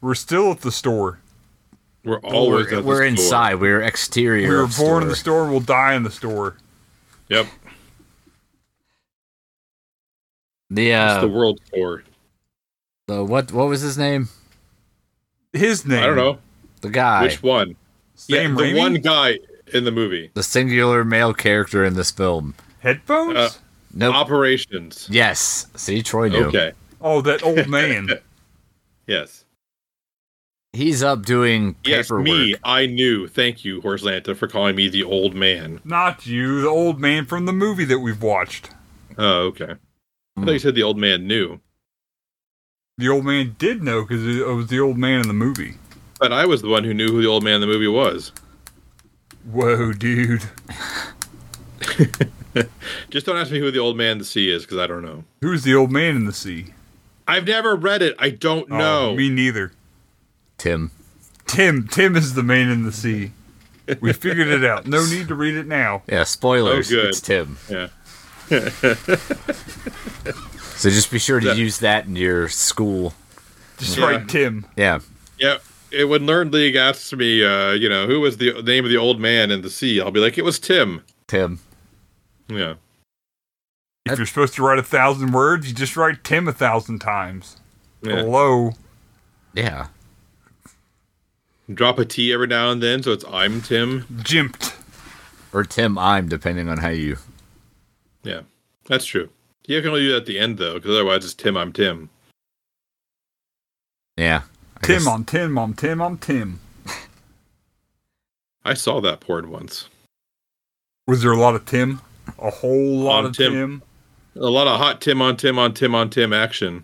[SPEAKER 2] We're still at the store.
[SPEAKER 3] We're always
[SPEAKER 1] we're,
[SPEAKER 3] at the
[SPEAKER 1] we're
[SPEAKER 3] store.
[SPEAKER 1] inside. We're exterior.
[SPEAKER 2] we were born
[SPEAKER 1] of
[SPEAKER 2] in
[SPEAKER 1] store.
[SPEAKER 2] the store. We'll die in the store.
[SPEAKER 3] Yep.
[SPEAKER 1] The, uh,
[SPEAKER 3] It's the world tour.
[SPEAKER 1] the what? What was his name?
[SPEAKER 2] His name.
[SPEAKER 3] I don't know
[SPEAKER 1] The guy.
[SPEAKER 3] which one.
[SPEAKER 2] Sam
[SPEAKER 3] yeah, the
[SPEAKER 2] Raimi?
[SPEAKER 3] one guy in the movie.
[SPEAKER 1] the singular male character in this film.
[SPEAKER 2] Headphones.
[SPEAKER 3] Uh,
[SPEAKER 1] Nope.
[SPEAKER 3] Operations.
[SPEAKER 1] yes. See, Troy knew.
[SPEAKER 3] Okay.
[SPEAKER 2] oh, that old man.
[SPEAKER 3] Yes.
[SPEAKER 1] He's up doing
[SPEAKER 3] Yes,
[SPEAKER 1] paperwork.
[SPEAKER 3] me. I knew. Thank you, Horse Lanta, for calling me the old man.
[SPEAKER 2] Not you. The old man from the movie that we've watched.
[SPEAKER 3] Oh, okay. I thought you said the old man knew,
[SPEAKER 2] The old man did know because it was the old man in the movie.
[SPEAKER 3] but I was the one who knew who the old man in the movie was.
[SPEAKER 2] Whoa, dude.
[SPEAKER 3] Just don't ask me who the old man in the sea is, because I don't know.
[SPEAKER 2] Who's the old man in the sea?
[SPEAKER 3] I've never read it. I don't know.
[SPEAKER 2] Oh, me neither.
[SPEAKER 1] Tim.
[SPEAKER 2] Tim. Tim is the man in the sea. We figured it out. No need to read it now.
[SPEAKER 1] Yeah, spoilers.
[SPEAKER 3] Oh, good.
[SPEAKER 1] It's Tim.
[SPEAKER 3] Yeah.
[SPEAKER 1] So just be sure to
[SPEAKER 3] That-
[SPEAKER 1] use that in your school.
[SPEAKER 2] Just
[SPEAKER 3] Yeah.
[SPEAKER 2] write Tim.
[SPEAKER 1] Yeah.
[SPEAKER 3] Yeah. It, when Learned League asks me, uh, you know, who was the name of the old man in the sea, I'll be like, it was Tim.
[SPEAKER 1] Tim.
[SPEAKER 3] Yeah.
[SPEAKER 2] If you're supposed to write a thousand words, you just write Tim a thousand times.
[SPEAKER 3] yeah.
[SPEAKER 2] Hello.
[SPEAKER 1] Yeah.
[SPEAKER 3] Drop a T every now and then, so it's I'm Tim.
[SPEAKER 2] Jimped.
[SPEAKER 1] Or Tim I'm, depending on how you.
[SPEAKER 3] Yeah. That's true. You can only do that at the end, though, because otherwise it's Tim, I'm Tim.
[SPEAKER 1] Yeah. I
[SPEAKER 2] Tim
[SPEAKER 1] guess-
[SPEAKER 2] on Tim on Tim on Tim.
[SPEAKER 3] I saw that porn once.
[SPEAKER 2] Was there a lot of Tim? A whole lot
[SPEAKER 3] On
[SPEAKER 2] of Tim.
[SPEAKER 3] Tim. A lot of hot Tim on Tim on Tim on Tim action.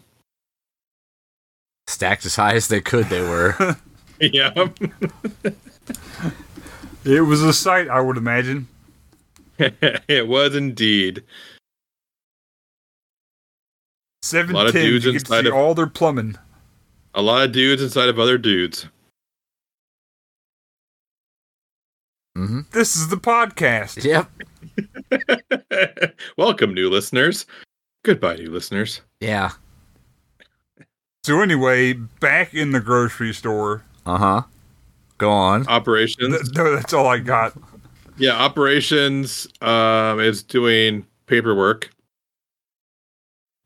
[SPEAKER 1] Stacked as high as they could, they were.
[SPEAKER 3] yeah.
[SPEAKER 2] It was a sight, I would imagine.
[SPEAKER 3] it was indeed.
[SPEAKER 2] Seven
[SPEAKER 3] A lot of
[SPEAKER 2] Tims,
[SPEAKER 3] dudes
[SPEAKER 2] you could
[SPEAKER 3] inside
[SPEAKER 2] see
[SPEAKER 3] of-
[SPEAKER 2] all their plumbing.
[SPEAKER 3] A lot of dudes inside of other dudes.
[SPEAKER 1] hmm
[SPEAKER 2] This is the podcast.
[SPEAKER 1] Yep.
[SPEAKER 3] Welcome, new listeners. Goodbye, new listeners.
[SPEAKER 1] Yeah.
[SPEAKER 2] So anyway, back in the grocery store.
[SPEAKER 1] Uh huh. Go on.
[SPEAKER 3] Operations.
[SPEAKER 2] Th- no, that's all I got.
[SPEAKER 3] Yeah, operations um, is doing paperwork,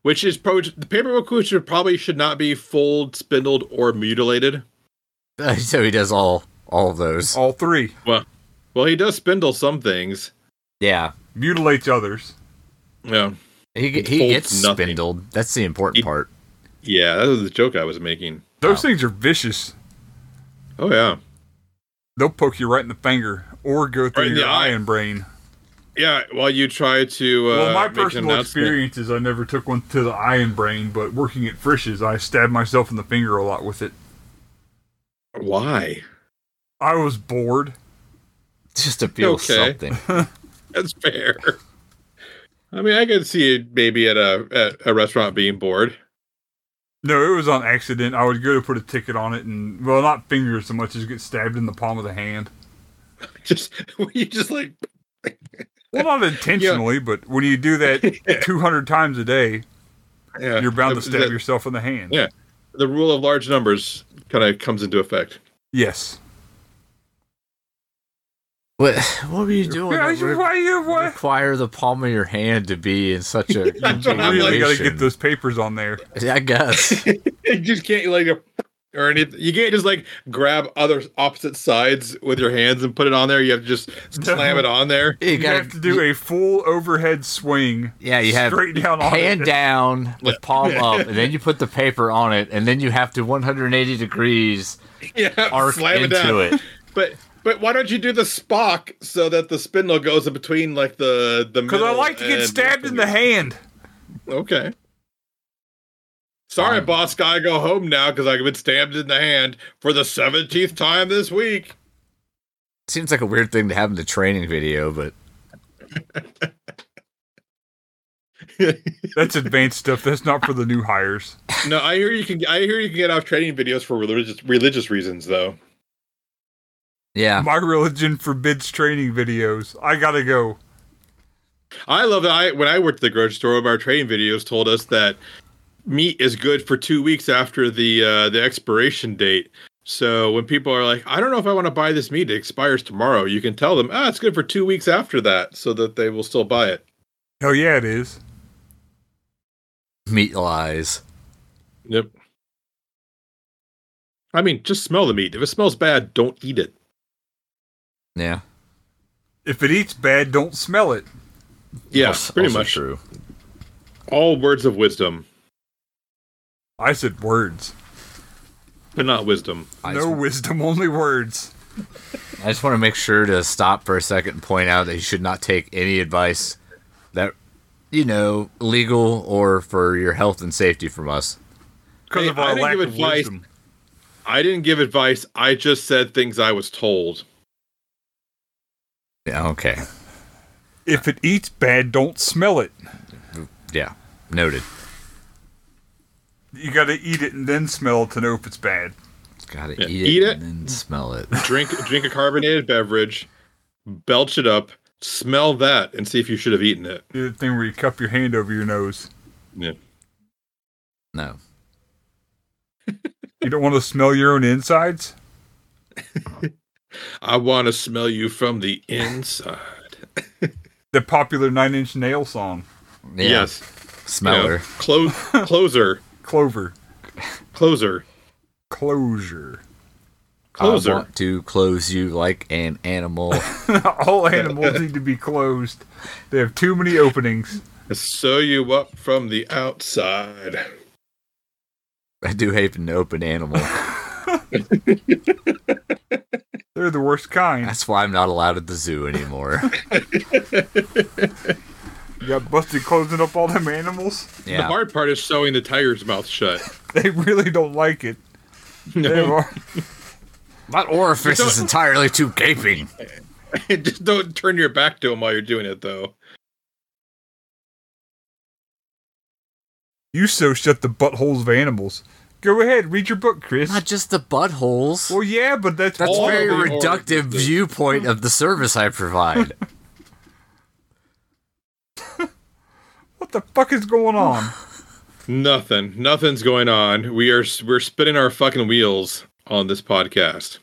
[SPEAKER 3] which is probably the paperwork which should probably should not be fold, spindled, or mutilated.
[SPEAKER 1] so he does all all of those.
[SPEAKER 2] All three.
[SPEAKER 3] Well, he does spindle some things.
[SPEAKER 1] Yeah.
[SPEAKER 2] Mutilates others.
[SPEAKER 3] Yeah,
[SPEAKER 1] He, he
[SPEAKER 3] Folds
[SPEAKER 1] gets
[SPEAKER 3] nothing.
[SPEAKER 1] spindled. That's the important
[SPEAKER 3] He-
[SPEAKER 1] part.
[SPEAKER 3] yeah, that was the joke I was making.
[SPEAKER 2] Those
[SPEAKER 1] Wow.
[SPEAKER 2] things are vicious.
[SPEAKER 3] Oh yeah,
[SPEAKER 2] They'll poke you right in the finger or go through
[SPEAKER 3] in
[SPEAKER 2] your
[SPEAKER 3] the
[SPEAKER 2] eye
[SPEAKER 3] eye.
[SPEAKER 2] and brain.
[SPEAKER 3] yeah, while you try to uh,
[SPEAKER 2] well, my
[SPEAKER 3] make an
[SPEAKER 2] personal
[SPEAKER 3] announcement.
[SPEAKER 2] experience is I never took one to the eye and brain, but working at Frisch's, I stabbed myself in the finger a lot with it.
[SPEAKER 3] Why?
[SPEAKER 2] I was bored.
[SPEAKER 1] Just to feel
[SPEAKER 3] Okay.
[SPEAKER 1] something.
[SPEAKER 3] That's fair. I mean, I could see it maybe at a at a restaurant being bored.
[SPEAKER 2] No, it was on accident. I would go to put a ticket on it, and well, not fingers so much as get stabbed in the palm of the hand.
[SPEAKER 3] Just you just like
[SPEAKER 2] Well, not intentionally, but when you do that
[SPEAKER 3] Yeah. Uh,
[SPEAKER 2] 200 times a day,
[SPEAKER 3] yeah,
[SPEAKER 2] you're bound
[SPEAKER 3] the-
[SPEAKER 2] to stab
[SPEAKER 3] the-
[SPEAKER 2] yourself in the hand.
[SPEAKER 3] Yeah. The rule of large numbers kind of comes into effect.
[SPEAKER 2] Yes.
[SPEAKER 1] what What were you doing?
[SPEAKER 2] Yeah,
[SPEAKER 1] that
[SPEAKER 2] you-
[SPEAKER 1] re-
[SPEAKER 2] why you what?
[SPEAKER 1] Require the palm of your hand to be in such a.
[SPEAKER 3] That's
[SPEAKER 2] You
[SPEAKER 3] what I'm
[SPEAKER 2] really got to get
[SPEAKER 1] configuration.
[SPEAKER 2] those papers on there.
[SPEAKER 1] I guess.
[SPEAKER 3] you just can't like or anything. You can't just like grab other opposite sides with your hands and put it on there. You have to just slam it on there.
[SPEAKER 1] You,
[SPEAKER 2] You,
[SPEAKER 1] gotta
[SPEAKER 2] have to do a full overhead swing.
[SPEAKER 1] Yeah, you have
[SPEAKER 2] straight down on
[SPEAKER 1] hand
[SPEAKER 2] it.
[SPEAKER 1] down with palm up, and then you put the paper on it, and then you have to 180 degrees
[SPEAKER 3] Yeah,
[SPEAKER 1] arc
[SPEAKER 3] slam it
[SPEAKER 1] into
[SPEAKER 3] down.
[SPEAKER 1] it.
[SPEAKER 3] But but why don't you do the Spock so that the spindle goes in between like the the?
[SPEAKER 2] Because I like to get stabbed in the hand.
[SPEAKER 3] Okay. Sorry,
[SPEAKER 2] Um,
[SPEAKER 1] Fine.
[SPEAKER 3] boss. Gotta go home now because I've been stabbed in the hand for the seventeenth time this week.
[SPEAKER 1] Seems like a weird thing to have in the training video, but
[SPEAKER 2] That's advanced stuff. That's not for the new hires.
[SPEAKER 3] No, I hear you can. I hear you can get off training videos for religious religious reasons though.
[SPEAKER 1] yeah,
[SPEAKER 2] My religion forbids training videos. I gotta go.
[SPEAKER 3] I love that. I when I worked at the grocery store, one of our training videos told us that meat is good for two weeks after the uh, the expiration date. So when people are like, I don't know if I want to buy this meat, it expires tomorrow. You can tell them, ah, it's good for two weeks after that, so that they will still buy it.
[SPEAKER 2] Hell yeah, it is.
[SPEAKER 1] meat lies.
[SPEAKER 3] Yep. I mean, just smell the meat. If it smells bad, don't eat it.
[SPEAKER 1] Yeah,
[SPEAKER 2] If it eats bad, don't smell it.
[SPEAKER 3] Yeah,
[SPEAKER 1] Also-
[SPEAKER 3] pretty
[SPEAKER 1] also
[SPEAKER 3] much.
[SPEAKER 1] true.
[SPEAKER 3] All words of wisdom,
[SPEAKER 2] I said words.
[SPEAKER 3] but not wisdom.
[SPEAKER 1] I
[SPEAKER 2] no
[SPEAKER 1] just,
[SPEAKER 2] wisdom, only words.
[SPEAKER 1] I just want to make sure to stop for a second and point out that you should not take any advice that you know legal or for your health and safety from us.
[SPEAKER 2] Because
[SPEAKER 3] Hey,
[SPEAKER 2] of
[SPEAKER 3] I
[SPEAKER 2] our
[SPEAKER 3] didn't
[SPEAKER 2] lack
[SPEAKER 3] give
[SPEAKER 2] of
[SPEAKER 3] advice.
[SPEAKER 2] wisdom.
[SPEAKER 3] I didn't give advice. I just said things I was told.
[SPEAKER 1] Yeah, okay,
[SPEAKER 2] If it eats bad, don't smell it.
[SPEAKER 1] yeah, noted.
[SPEAKER 2] You gotta eat it and then smell it to know if it's bad.
[SPEAKER 1] Gotta
[SPEAKER 3] Yeah,
[SPEAKER 1] eat it,
[SPEAKER 3] eat it.
[SPEAKER 1] and then smell it.
[SPEAKER 3] drink drink a carbonated beverage, belch it up, smell that, and see if you should have eaten it.
[SPEAKER 2] Do the thing where you cup your hand over your nose.
[SPEAKER 3] Yeah.
[SPEAKER 1] No,
[SPEAKER 2] You don't want to smell your own insides?
[SPEAKER 3] I want to smell you from the inside.
[SPEAKER 2] The popular Nine Inch Nail song,
[SPEAKER 1] yeah,
[SPEAKER 3] Yes. You know,
[SPEAKER 1] smeller.
[SPEAKER 3] clo- closer.
[SPEAKER 2] Clover.
[SPEAKER 3] Closer.
[SPEAKER 2] Closure.
[SPEAKER 1] I
[SPEAKER 3] Closer.
[SPEAKER 1] want to close you like an animal.
[SPEAKER 2] All animals need to be closed. They have too many openings.
[SPEAKER 3] Sew you up from the outside.
[SPEAKER 1] I do hate an open animal.
[SPEAKER 2] They're the worst kind.
[SPEAKER 1] That's why I'm not allowed at the zoo anymore.
[SPEAKER 2] You got busted closing up all them animals.
[SPEAKER 1] Yeah.
[SPEAKER 3] The hard part is sewing the tiger's mouth shut.
[SPEAKER 2] They really don't like it. They are-
[SPEAKER 1] That orifice is
[SPEAKER 3] Don't-
[SPEAKER 1] entirely too gaping.
[SPEAKER 3] Just don't turn your back to him while you're doing it, though.
[SPEAKER 2] You so shut the buttholes of animals. Go ahead, read your book, Chris.
[SPEAKER 1] Not just the buttholes.
[SPEAKER 2] Well, yeah, but that's,
[SPEAKER 1] That's
[SPEAKER 2] all.
[SPEAKER 3] all
[SPEAKER 1] very
[SPEAKER 3] of the
[SPEAKER 1] reductive
[SPEAKER 3] orifices.
[SPEAKER 1] viewpoint of the service I provide.
[SPEAKER 2] What the fuck is going on?
[SPEAKER 3] Nothing. Nothing's going on. We are we're spinning our fucking wheels on this podcast.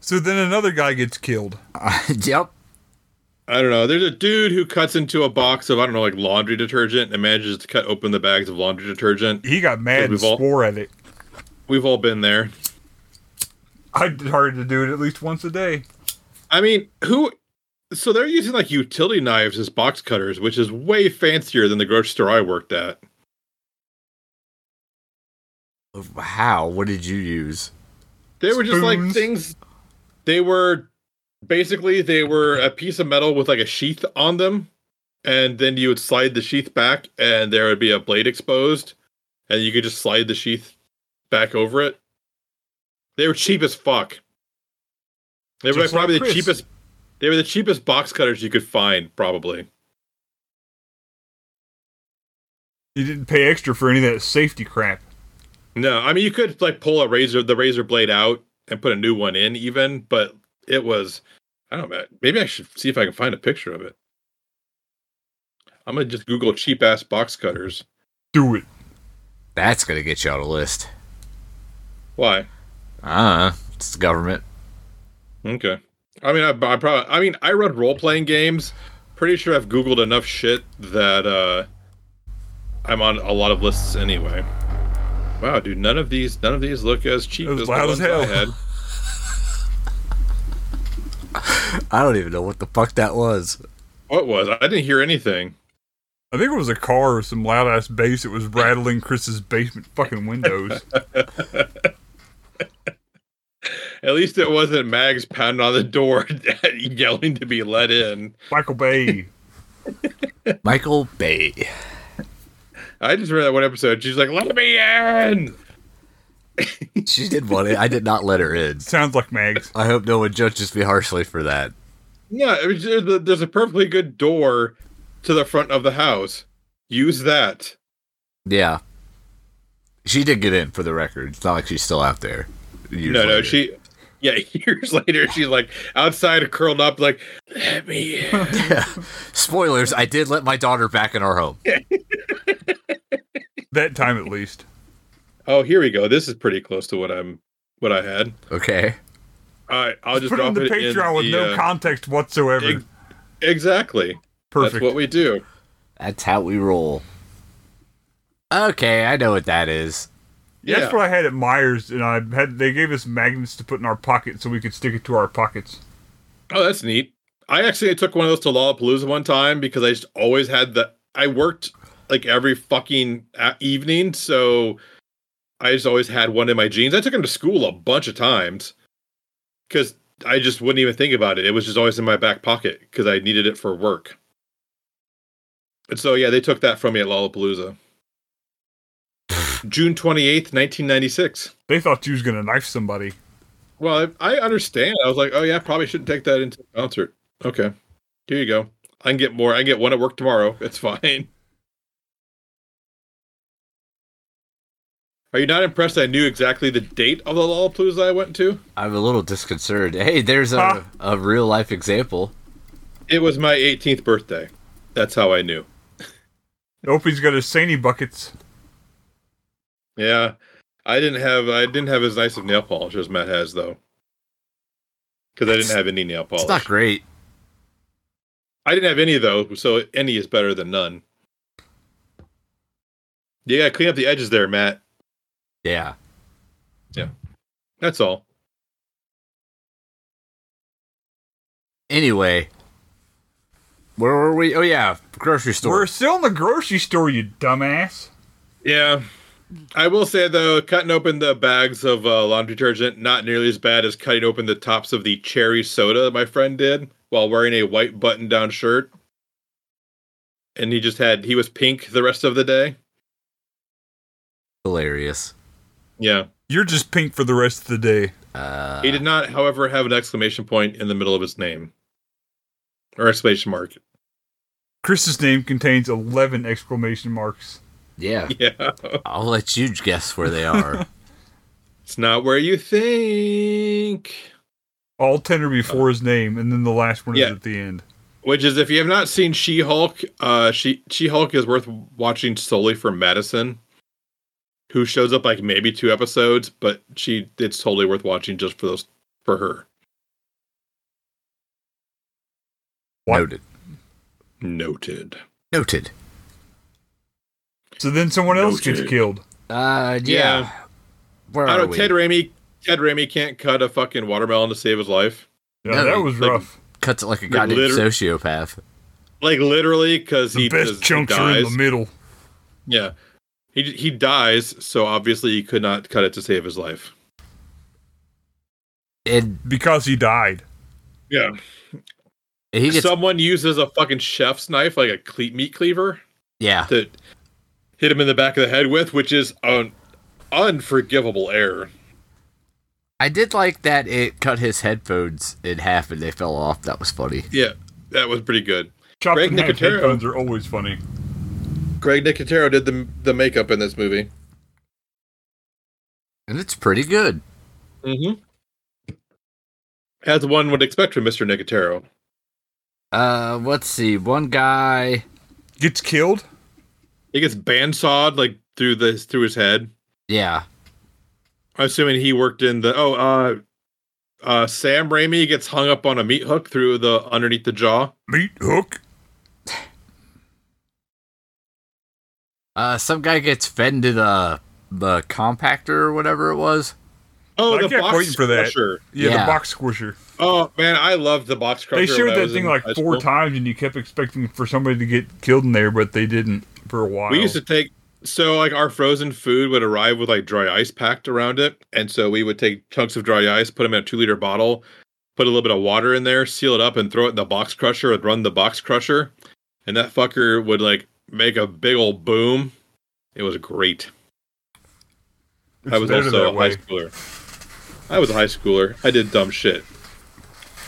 [SPEAKER 2] so then another guy gets killed.
[SPEAKER 1] Uh, yep.
[SPEAKER 3] I don't know. There's a dude who cuts into a box of I don't know, like laundry detergent, and manages to cut open the bags of laundry detergent.
[SPEAKER 2] He got mad and
[SPEAKER 3] We've all-
[SPEAKER 2] swore at it.
[SPEAKER 3] We've all been there.
[SPEAKER 2] I started to do it at least once a day.
[SPEAKER 3] I mean, who? So they're using like utility knives as box cutters, which is way fancier than the grocery store I worked at.
[SPEAKER 1] How? What did you use?
[SPEAKER 3] They were just like
[SPEAKER 2] Spoons.
[SPEAKER 3] things. They were basically they were a piece of metal with like a sheath on them and then you would slide the sheath back and there would be a blade exposed and you could just slide the sheath back over it they were cheap as fuck they were
[SPEAKER 2] Just like
[SPEAKER 3] like, probably the
[SPEAKER 2] Chris.
[SPEAKER 3] cheapest they were the cheapest box cutters you could find probably
[SPEAKER 2] You didn't pay extra for any of that safety crap.
[SPEAKER 3] no i mean you could like pull a razor the razor blade out and put a new one in even but it was i don't know maybe i should see if i can find a picture of it i'm gonna just google cheap ass box cutters
[SPEAKER 2] Do it.
[SPEAKER 1] That's gonna get you on a list.
[SPEAKER 3] why
[SPEAKER 1] Uh it's the government.
[SPEAKER 3] Okay. I mean, I, I probably. I mean, I run role playing games. Pretty sure I've googled enough shit that uh, I'm on a lot of lists anyway. Wow, dude, none of these none of these look as cheap
[SPEAKER 2] That was
[SPEAKER 3] as the
[SPEAKER 2] loud as
[SPEAKER 3] ones I
[SPEAKER 2] hell.
[SPEAKER 3] had.
[SPEAKER 1] I don't even know what the fuck that was.
[SPEAKER 3] What Oh, was? I didn't hear anything.
[SPEAKER 2] I think it was a car or some loud ass bass that was rattling Chris's basement fucking windows.
[SPEAKER 3] At least it wasn't Mags pounding on the door yelling to be let in.
[SPEAKER 2] Michael Bay.
[SPEAKER 1] Michael Bay.
[SPEAKER 3] I just read that one episode. She's like, "Let me in."
[SPEAKER 1] She did want it. I did not let her in.
[SPEAKER 2] Sounds like Mags.
[SPEAKER 1] I hope no one judges me harshly for that.
[SPEAKER 3] Yeah, it was- there's a- there's a perfectly good door to the front of the house. Use that.
[SPEAKER 1] Yeah. She did get in for the record. It's not like she's still out there. years
[SPEAKER 3] no, no,
[SPEAKER 1] later.
[SPEAKER 3] she. Yeah, years later, she's like outside, curled up, like, let me in."
[SPEAKER 1] Spoilers, I did let my daughter back in our home.
[SPEAKER 2] That time at least.
[SPEAKER 3] Oh, here we go. This is pretty close to what I'm, what I had.
[SPEAKER 1] Okay.
[SPEAKER 3] All right, I'll just
[SPEAKER 2] Put it
[SPEAKER 3] drop
[SPEAKER 2] on the
[SPEAKER 3] it
[SPEAKER 2] Patreon
[SPEAKER 3] in
[SPEAKER 2] with
[SPEAKER 3] the,
[SPEAKER 2] no
[SPEAKER 3] uh,
[SPEAKER 2] context whatsoever.
[SPEAKER 3] ex- exactly. That's
[SPEAKER 2] Perfect.
[SPEAKER 3] what we do.
[SPEAKER 1] That's how we roll. Okay, I know what that is.
[SPEAKER 3] Yeah,
[SPEAKER 2] That's what I had at Myers, and I had they gave us magnets to put in our pockets so we could stick it to our pockets.
[SPEAKER 3] Oh, that's neat. I actually took one of those to Lollapalooza one time because I just always had the. I worked like every fucking a- evening, so I just always had one in my jeans. I took them to school a bunch of times because I just wouldn't even think about it. It was just always in my back pocket because I needed it for work. And so, yeah, they took that from me at Lollapalooza. June 28th, 1996.
[SPEAKER 2] They thought you was gonna knife somebody.
[SPEAKER 3] Well, I, I understand. I was like, oh yeah, probably shouldn't take that into the concert. Okay, here you go. I can get more. I can get one at work tomorrow. It's fine. Are you not impressed? I knew exactly the date of the Lollapalooza I went to.
[SPEAKER 1] I'm a little disconcerted. Hey, there's a,
[SPEAKER 2] Huh?
[SPEAKER 1] a real life example.
[SPEAKER 3] It was my 18th birthday. That's how I knew.
[SPEAKER 2] Opie's got his Saney buckets.
[SPEAKER 3] Yeah, I didn't have I didn't have as nice of nail polish as Matt has though, because I didn't have any nail polish.
[SPEAKER 1] It's not great.
[SPEAKER 3] I didn't have any though, so any is better than none. You gotta clean up the edges there, Matt.
[SPEAKER 1] Yeah.
[SPEAKER 3] That's all.
[SPEAKER 1] Anyway, where were we? Oh, yeah, grocery store.
[SPEAKER 2] We're still in the grocery store, you dumbass.
[SPEAKER 3] Yeah. I will say though, cutting open the bags of uh, laundry detergent not nearly as bad as cutting open the tops of the cherry soda that my friend did while wearing a white button-down shirt. And he just had he was pink the rest of the day.
[SPEAKER 1] Hilarious.
[SPEAKER 3] Yeah.
[SPEAKER 2] You're just pink for the rest of the day.
[SPEAKER 1] Uh,
[SPEAKER 3] He did not, however, have an exclamation point in the middle of his name or exclamation mark.
[SPEAKER 2] Chris's name contains eleven exclamation marks.
[SPEAKER 1] yeah,
[SPEAKER 3] Yeah.
[SPEAKER 1] I'll let you guess where they are.
[SPEAKER 3] It's not where you think.
[SPEAKER 2] All ten are before his name, and then the last one
[SPEAKER 3] Uh. Yeah.
[SPEAKER 2] is at the end.
[SPEAKER 3] Which is, if you have not seen She Hulk, uh, she She Hulk is worth watching solely for Madison, who shows up like maybe two episodes, but she it's totally worth watching just for those for her.
[SPEAKER 2] What?
[SPEAKER 1] Noted.
[SPEAKER 3] Noted.
[SPEAKER 1] Noted.
[SPEAKER 2] So then someone else gets
[SPEAKER 3] Noted.
[SPEAKER 2] killed.
[SPEAKER 1] Uh, yeah.
[SPEAKER 3] Yeah.
[SPEAKER 1] Where
[SPEAKER 3] I
[SPEAKER 1] are
[SPEAKER 3] don't.
[SPEAKER 1] we?
[SPEAKER 3] Ted Raimi. Ted Raimi can't cut a fucking watermelon to save his life.
[SPEAKER 2] Yeah,
[SPEAKER 1] No,
[SPEAKER 2] that was
[SPEAKER 3] like-
[SPEAKER 2] rough.
[SPEAKER 1] Cuts it like a goddamn
[SPEAKER 3] liter-
[SPEAKER 1] sociopath.
[SPEAKER 3] Like literally, because
[SPEAKER 2] The
[SPEAKER 3] he
[SPEAKER 2] best
[SPEAKER 3] just
[SPEAKER 2] chunks
[SPEAKER 3] dies.
[SPEAKER 2] are in the middle.
[SPEAKER 3] Yeah. He he dies, so obviously he could not cut it to save his life.
[SPEAKER 1] And
[SPEAKER 2] Because he died.
[SPEAKER 3] Yeah.
[SPEAKER 1] He gets
[SPEAKER 3] Someone uses a fucking chef's knife, like a cle- meat cleaver,
[SPEAKER 1] yeah.
[SPEAKER 3] to hit him in the back of the head with, which is an unforgivable error.
[SPEAKER 1] I did like that it cut his headphones in half and they fell off. That was funny.
[SPEAKER 3] Yeah, that was pretty good.
[SPEAKER 2] Chopped
[SPEAKER 3] Greg
[SPEAKER 2] in half
[SPEAKER 3] Nicotero.
[SPEAKER 2] headphones are always funny.
[SPEAKER 3] Greg Nicotero did the the makeup in this movie.
[SPEAKER 1] And it's pretty good.
[SPEAKER 3] Mm-hmm. As one would expect from Mr. Nicotero.
[SPEAKER 1] Uh, let's see. One guy.
[SPEAKER 2] Gets killed.
[SPEAKER 3] He gets bandsawed like through this through his head.
[SPEAKER 1] Yeah.
[SPEAKER 3] I'm assuming he worked in the oh uh uh Sam Raimi gets hung up on a meat hook through the underneath the jaw.
[SPEAKER 2] Meat hook.
[SPEAKER 1] Uh, some guy gets fed into the the compactor or whatever it was.
[SPEAKER 3] Oh,
[SPEAKER 2] I
[SPEAKER 3] the
[SPEAKER 2] kept
[SPEAKER 3] box
[SPEAKER 2] waiting for that.
[SPEAKER 3] crusher.
[SPEAKER 2] Yeah,
[SPEAKER 1] Yeah.
[SPEAKER 2] the box squisher.
[SPEAKER 3] Oh man, I loved the box crusher.
[SPEAKER 2] They showed
[SPEAKER 3] when I
[SPEAKER 2] that
[SPEAKER 3] was
[SPEAKER 2] thing
[SPEAKER 3] in
[SPEAKER 2] like
[SPEAKER 3] high
[SPEAKER 2] four
[SPEAKER 3] school.
[SPEAKER 2] times, and you kept expecting for somebody to get killed in there, but they didn't for a while.
[SPEAKER 3] We used to take so like our frozen food would arrive with like dry ice packed around it, and so we would take chunks of dry ice, put them in a two liter bottle, put a little bit of water in there, seal it up, and throw it in the box crusher and run the box crusher, and that fucker would like make a big old boom. It was great.
[SPEAKER 2] It's
[SPEAKER 3] I was
[SPEAKER 2] better
[SPEAKER 3] also a
[SPEAKER 2] that way.
[SPEAKER 3] high schooler. I was a high schooler. I did dumb shit.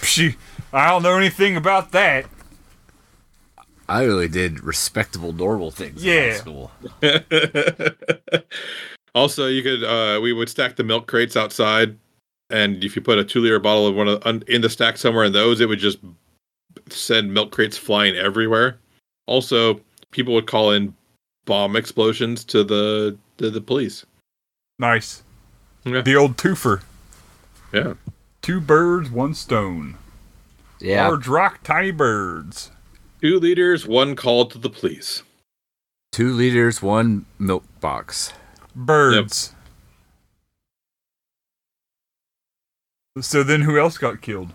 [SPEAKER 2] Psh, I don't know anything about that.
[SPEAKER 1] I really did respectable, normal things in
[SPEAKER 2] Yeah.
[SPEAKER 1] high school.
[SPEAKER 3] also, you could uh, we would stack the milk crates outside, and if you put a two liter bottle of one of un, in the stack somewhere in those, it would just send milk crates flying everywhere. Also, people would call in bomb explosions to the to the police.
[SPEAKER 2] Nice.
[SPEAKER 3] Yeah.
[SPEAKER 2] The old twofer.
[SPEAKER 3] Yeah,
[SPEAKER 2] Two birds, one stone.
[SPEAKER 1] Yeah.
[SPEAKER 2] Large rock, tiny birds.
[SPEAKER 3] two liters, one call to the police.
[SPEAKER 1] Two liters, one milk box.
[SPEAKER 2] Birds. So then who else got killed?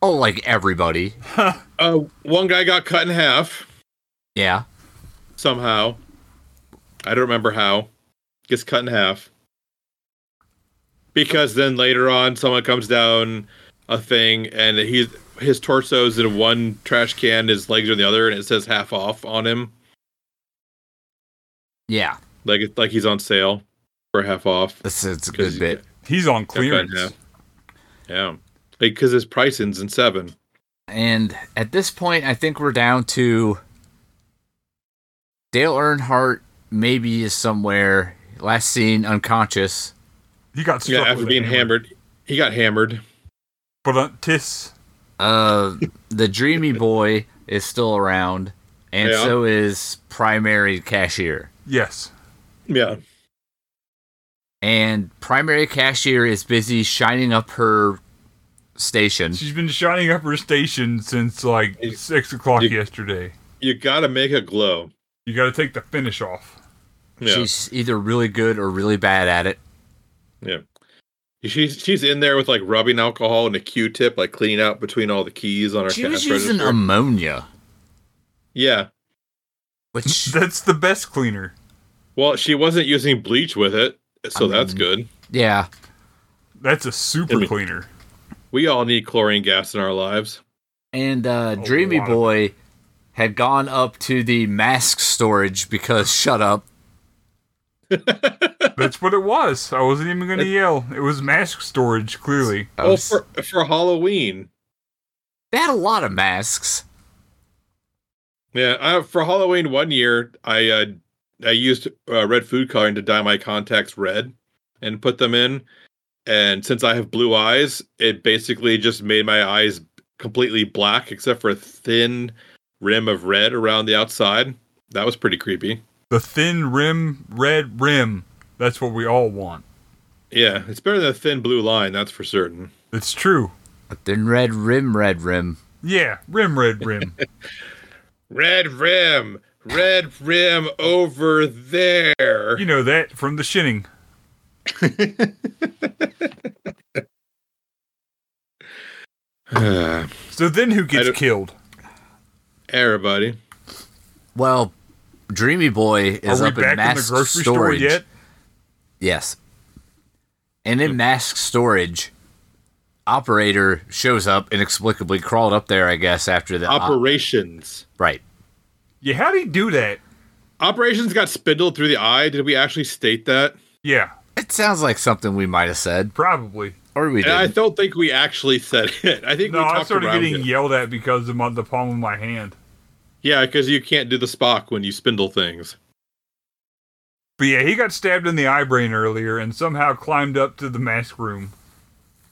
[SPEAKER 1] Oh, like everybody.
[SPEAKER 3] Uh, one guy got cut in half
[SPEAKER 1] Yeah.
[SPEAKER 3] somehow. I don't remember how. Gets cut in half. Because then later on, someone comes down a thing, and he's his torso's in one trash can, his legs are in the other, and it says half off on him,
[SPEAKER 1] Yeah.
[SPEAKER 3] like it's like he's on sale for half off.
[SPEAKER 1] That's it's a
[SPEAKER 3] 'Cause
[SPEAKER 1] good bit.
[SPEAKER 2] He's on
[SPEAKER 3] he got cut in
[SPEAKER 2] clearance.
[SPEAKER 3] half. Yeah, because his pricing's in seven.
[SPEAKER 1] And at this point, I think we're down to Dale Earnhardt. Maybe is somewhere last seen unconscious.
[SPEAKER 2] He got struck
[SPEAKER 3] Yeah, after
[SPEAKER 2] with a
[SPEAKER 3] being
[SPEAKER 2] hammer.
[SPEAKER 3] hammered, he got hammered.
[SPEAKER 2] But uh, tis
[SPEAKER 1] Uh, the dreamy boy is still around, and
[SPEAKER 3] Yeah.
[SPEAKER 1] so is primary cashier.
[SPEAKER 2] yes.
[SPEAKER 3] Yeah,
[SPEAKER 1] And primary cashier is busy shining up her station.
[SPEAKER 2] She's been shining up her station since like
[SPEAKER 3] You-
[SPEAKER 2] six o'clock
[SPEAKER 3] you-
[SPEAKER 2] yesterday.
[SPEAKER 3] you gotta make it glow.
[SPEAKER 2] You got to take the finish off.
[SPEAKER 3] Yeah.
[SPEAKER 1] She's either really good or really bad at it.
[SPEAKER 3] She's she's in there with like rubbing alcohol and a Q-tip, like cleaning out between all the keys on her
[SPEAKER 1] She
[SPEAKER 3] cash
[SPEAKER 1] was using
[SPEAKER 3] register.
[SPEAKER 1] ammonia,
[SPEAKER 3] yeah.
[SPEAKER 1] which
[SPEAKER 2] That's the best cleaner.
[SPEAKER 3] Well, she wasn't using bleach with it, so
[SPEAKER 1] I
[SPEAKER 3] that's
[SPEAKER 1] mean-
[SPEAKER 3] good.
[SPEAKER 1] yeah,
[SPEAKER 2] That's a super
[SPEAKER 3] I mean-
[SPEAKER 2] cleaner.
[SPEAKER 3] We all need chlorine gas in our lives.
[SPEAKER 1] and uh,
[SPEAKER 2] A
[SPEAKER 1] dreamy
[SPEAKER 2] lot of it.
[SPEAKER 1] boy had gone up to the mask storage because shut up.
[SPEAKER 2] That's what it was. I wasn't even going to yell. It was mask storage, clearly.
[SPEAKER 1] I
[SPEAKER 3] well,
[SPEAKER 1] was-
[SPEAKER 3] for for Halloween.
[SPEAKER 1] they had a lot of masks.
[SPEAKER 3] Yeah, I, for Halloween one year, I uh, I used uh, red food coloring to dye my contacts red and put them in. And since I have blue eyes, it basically just made my eyes completely black except for a thin rim of red around the outside. That was pretty creepy.
[SPEAKER 2] The thin rim, red rim. That's what we all want.
[SPEAKER 3] Yeah, it's better than a thin blue line, that's for certain.
[SPEAKER 2] It's true.
[SPEAKER 1] A thin red rim, red rim.
[SPEAKER 2] Yeah, rim, red rim.
[SPEAKER 3] Red rim, red rim over there.
[SPEAKER 2] you know that from the shinning. So then who
[SPEAKER 3] I don't-
[SPEAKER 2] gets killed?
[SPEAKER 3] Everybody.
[SPEAKER 1] Well, Dreamy Boy is
[SPEAKER 2] Are we
[SPEAKER 1] up in
[SPEAKER 2] back in the
[SPEAKER 1] mask
[SPEAKER 2] grocery store
[SPEAKER 1] storage.
[SPEAKER 2] yet?
[SPEAKER 1] Yes. And in mask storage, operator shows up inexplicably, crawled up there, I guess, after the op-
[SPEAKER 3] Operations.
[SPEAKER 1] right.
[SPEAKER 2] Yeah, how'd he do that?
[SPEAKER 3] Operations got spindled through the eye. Did we actually state that?
[SPEAKER 2] Yeah,
[SPEAKER 1] It sounds like something we might have said,
[SPEAKER 2] probably.
[SPEAKER 1] or we
[SPEAKER 3] And I
[SPEAKER 1] did.
[SPEAKER 3] don't think we actually said it. I think
[SPEAKER 2] No,
[SPEAKER 3] we talked
[SPEAKER 2] I started
[SPEAKER 3] around
[SPEAKER 2] getting
[SPEAKER 3] it.
[SPEAKER 2] yelled at because of my, the palm of my hand.
[SPEAKER 3] Yeah, because you can't do the Spock when you spindle things.
[SPEAKER 2] But yeah, he got stabbed in the eye brain earlier and somehow climbed up to the mask room.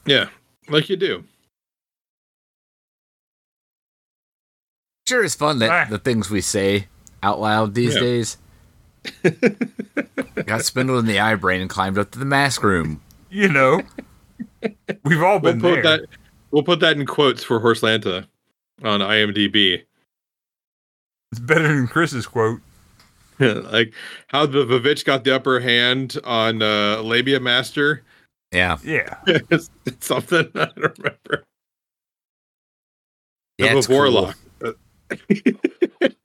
[SPEAKER 3] Yeah, like you do.
[SPEAKER 1] Sure, it's fun that
[SPEAKER 2] Ah.
[SPEAKER 1] the things we say out loud these
[SPEAKER 3] Yeah.
[SPEAKER 1] days. Got spindled in the eye brain and climbed up to the mask room.
[SPEAKER 2] You know, we've all
[SPEAKER 3] We'll
[SPEAKER 2] been there.
[SPEAKER 3] put that. We'll put that in quotes for Horse Lanta on IMDb.
[SPEAKER 2] It's better than Chris's quote.
[SPEAKER 3] like how the Vivitch got the upper hand on uh, Labia Master.
[SPEAKER 1] Yeah,
[SPEAKER 2] Yeah,
[SPEAKER 3] it's, it's something I don't remember.
[SPEAKER 1] yeah,
[SPEAKER 3] the
[SPEAKER 1] it's cool.
[SPEAKER 3] Vorlock.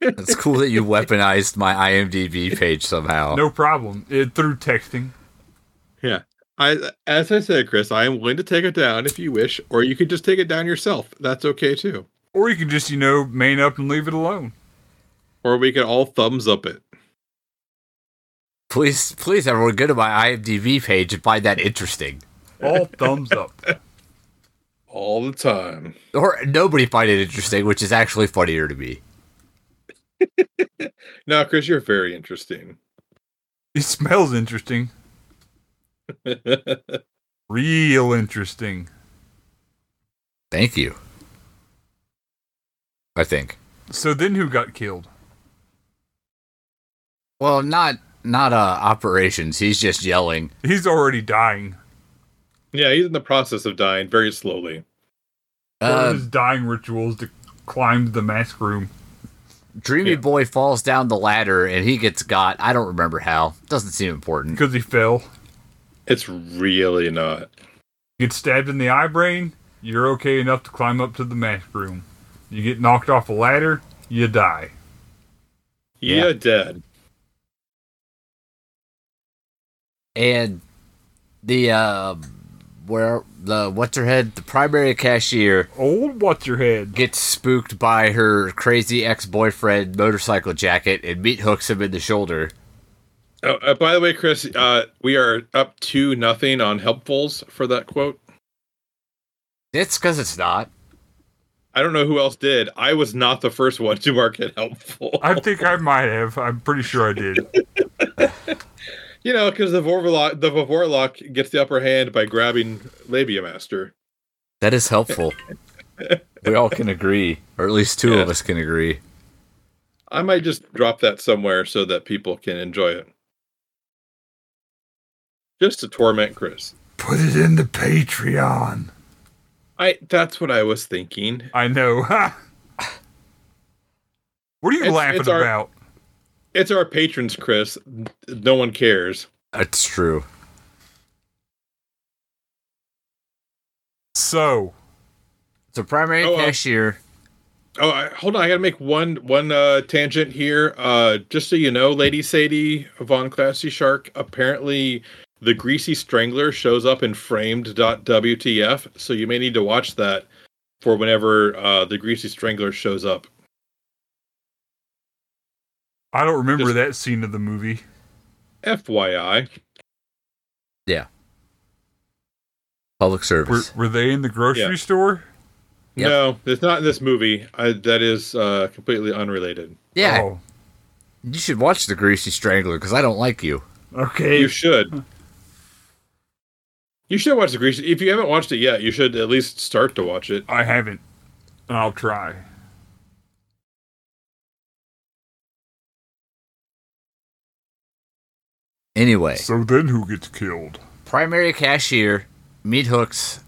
[SPEAKER 1] It's cool that you weaponized my IMDb page
[SPEAKER 3] Oh.
[SPEAKER 1] somehow.
[SPEAKER 2] no problem. It, through texting.
[SPEAKER 3] I, as I said, Chris, I am willing to take it down if you wish, or you could just take it down yourself. That's okay too.
[SPEAKER 2] Or you can just, you know, man up and leave it alone.
[SPEAKER 3] Or we could all thumbs up it.
[SPEAKER 1] Please, please, everyone, go to my IMDb page and find that interesting.
[SPEAKER 2] All thumbs up.
[SPEAKER 3] All the time.
[SPEAKER 1] Or nobody find it interesting, which is actually funnier to me.
[SPEAKER 3] No, Chris, you're very interesting.
[SPEAKER 2] It smells interesting. Real interesting.
[SPEAKER 1] Thank you. I think.
[SPEAKER 2] So then who got killed?
[SPEAKER 1] Well, not not uh operations. He's just yelling.
[SPEAKER 2] He's already dying.
[SPEAKER 3] yeah, he's in the process of dying very slowly.
[SPEAKER 2] One
[SPEAKER 1] Uh,
[SPEAKER 2] of his dying rituals to climb the mask room.
[SPEAKER 1] Dreamy
[SPEAKER 3] Yeah.
[SPEAKER 1] boy falls down the ladder and he gets got. I don't remember how. Doesn't seem important.
[SPEAKER 2] Because he fell.
[SPEAKER 3] It's really not.
[SPEAKER 2] You get stabbed in the eye brain, you're okay enough to climb up to the mask room. You get knocked off a ladder, you die.
[SPEAKER 1] Yeah.
[SPEAKER 3] Yeah, dead.
[SPEAKER 1] And the uh, where the what's her head? The primary cashier
[SPEAKER 2] Old what's your head?
[SPEAKER 1] gets spooked by her crazy ex boyfriend motorcycle jacket and meat hooks him in the shoulder.
[SPEAKER 3] Oh, uh, by the way, Chris, uh, we are up to nothing on helpfuls for that quote.
[SPEAKER 1] It's because it's not.
[SPEAKER 3] I don't know who else did. I was not the first one to mark it helpful.
[SPEAKER 2] I think I might have. I'm pretty sure I did.
[SPEAKER 3] You know, because the Vorlock, the Vorlock gets the upper hand by grabbing Labia Master.
[SPEAKER 1] That is helpful. we all can agree, or at least two of
[SPEAKER 3] Yeah.
[SPEAKER 1] us can agree.
[SPEAKER 3] I might just drop that somewhere so that people can enjoy it. Just to torment Chris.
[SPEAKER 2] Put it in the Patreon.
[SPEAKER 3] I that's what I was thinking.
[SPEAKER 2] I know. what are you
[SPEAKER 3] It's-
[SPEAKER 2] laughing
[SPEAKER 3] it's our-
[SPEAKER 2] about?
[SPEAKER 3] It's our patrons, Chris. No one cares.
[SPEAKER 1] That's true.
[SPEAKER 2] So,
[SPEAKER 1] So primary
[SPEAKER 3] Oh, uh,
[SPEAKER 1] cashier.
[SPEAKER 3] Oh, I, hold on. I gotta make one one uh, tangent here. Uh, just so you know, Lady Sadie von Classy Shark. Apparently, the Greasy Strangler shows up in Framed.wtf. So you may need to watch that for whenever uh, the Greasy Strangler shows up.
[SPEAKER 2] I don't remember
[SPEAKER 3] Just-
[SPEAKER 2] that scene of the movie.
[SPEAKER 3] FYI,
[SPEAKER 1] Public
[SPEAKER 2] Were,
[SPEAKER 1] service.
[SPEAKER 2] were they in the grocery
[SPEAKER 3] Yeah.
[SPEAKER 2] store?
[SPEAKER 1] Yep.
[SPEAKER 3] no, it's not in this movie. I, that is uh, completely unrelated.
[SPEAKER 1] Yeah,
[SPEAKER 2] Oh,
[SPEAKER 1] you should watch The Greasy Strangler because I don't like you.
[SPEAKER 2] okay.
[SPEAKER 3] You should. You should watch the Greasy. If you haven't watched it yet, you should at least start to watch it.
[SPEAKER 2] I haven't. I'll try.
[SPEAKER 1] Anyway,
[SPEAKER 2] So then who gets killed?
[SPEAKER 1] primary cashier, meat hooks,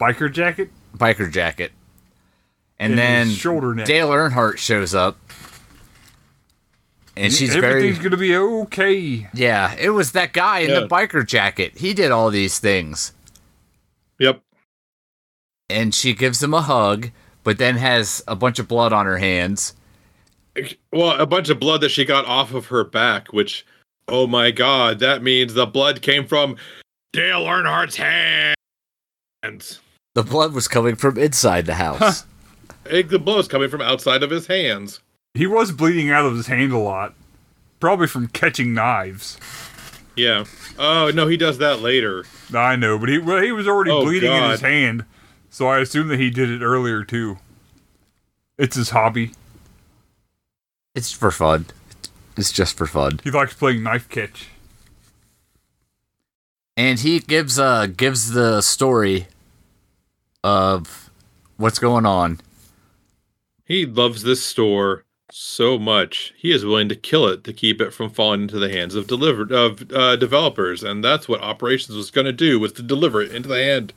[SPEAKER 2] Biker jacket?
[SPEAKER 1] biker jacket, and
[SPEAKER 2] And
[SPEAKER 1] then
[SPEAKER 2] his shoulder neck.
[SPEAKER 1] Dale Earnhardt shows up, and she's very
[SPEAKER 2] Everything's gonna be okay.
[SPEAKER 1] yeah. It was that guy in
[SPEAKER 3] Yeah.
[SPEAKER 1] the biker jacket. He did all these things.
[SPEAKER 3] Yep.
[SPEAKER 1] and she gives him a hug, but then has a bunch of blood on her hands.
[SPEAKER 3] Well, a bunch of blood that she got off of her back, which, oh my god, that means the blood came from Dale Earnhardt's hands.
[SPEAKER 1] The blood was coming from inside the house.
[SPEAKER 3] Hey, the blow is coming from outside of his hands.
[SPEAKER 2] He was bleeding out of his hand a lot, probably from catching knives.
[SPEAKER 3] Yeah. Oh no, he does that later.
[SPEAKER 2] I know, but he well, he was already
[SPEAKER 3] Oh,
[SPEAKER 2] bleeding in his
[SPEAKER 3] God.
[SPEAKER 2] hand, so I assume that he did it earlier too. It's his hobby.
[SPEAKER 1] it's for fun. It's just for fun.
[SPEAKER 2] He likes playing knife catch.
[SPEAKER 1] And he gives uh gives the story of what's going on.
[SPEAKER 3] He loves this store so much. He is willing to kill it to keep it from falling into the hands of deliver of uh, developers, and that's what operations was going to do was to deliver it into the hand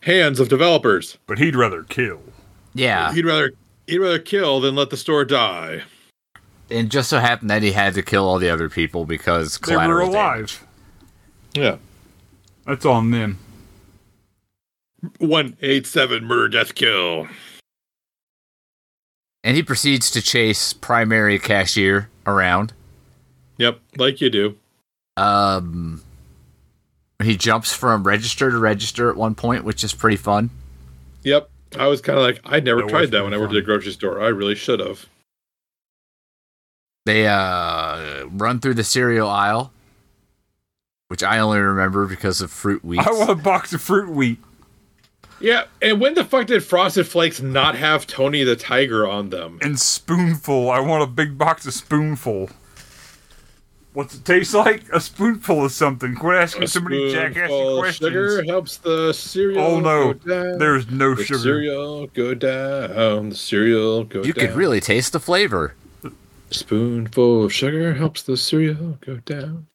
[SPEAKER 3] hands of developers.
[SPEAKER 2] But he'd rather kill. Ah.
[SPEAKER 1] Yeah.
[SPEAKER 3] He'd rather he'd rather kill than let the store die.
[SPEAKER 1] And just so happened that he had to kill all the other people because
[SPEAKER 2] They were
[SPEAKER 1] collateral damage.
[SPEAKER 2] alive.
[SPEAKER 3] Yeah.
[SPEAKER 2] That's on them.
[SPEAKER 3] One eight seven murder death kill.
[SPEAKER 1] And he proceeds to chase primary cashier around.
[SPEAKER 3] Yep, like you do.
[SPEAKER 1] Um, he jumps from register to register at one point, which is pretty fun.
[SPEAKER 3] Yep. I was kind of like, I never
[SPEAKER 2] That was
[SPEAKER 3] tried that
[SPEAKER 2] really
[SPEAKER 3] when I worked
[SPEAKER 2] fun.
[SPEAKER 3] at a grocery store. I really should have.
[SPEAKER 1] They uh, run through the cereal aisle, which I only remember because of Fruit Weeks.
[SPEAKER 2] I want a box of fruit wheat.
[SPEAKER 3] Yeah, and when the fuck did Frosted Flakes not have Tony the Tiger on them?
[SPEAKER 2] and spoonful. I want a big box of spoonful. What's it taste like? A spoonful of something. Quit asking
[SPEAKER 3] A
[SPEAKER 2] so many
[SPEAKER 3] spoonful
[SPEAKER 2] jackassy
[SPEAKER 3] of
[SPEAKER 2] questions.
[SPEAKER 3] Sugar helps the cereal.
[SPEAKER 2] Oh no,
[SPEAKER 3] go down.
[SPEAKER 2] there's no
[SPEAKER 3] the
[SPEAKER 2] sugar.
[SPEAKER 3] cereal go down. The cereal go
[SPEAKER 1] you
[SPEAKER 3] down.
[SPEAKER 1] could really taste the flavor.
[SPEAKER 3] spoonful of sugar helps the cereal go down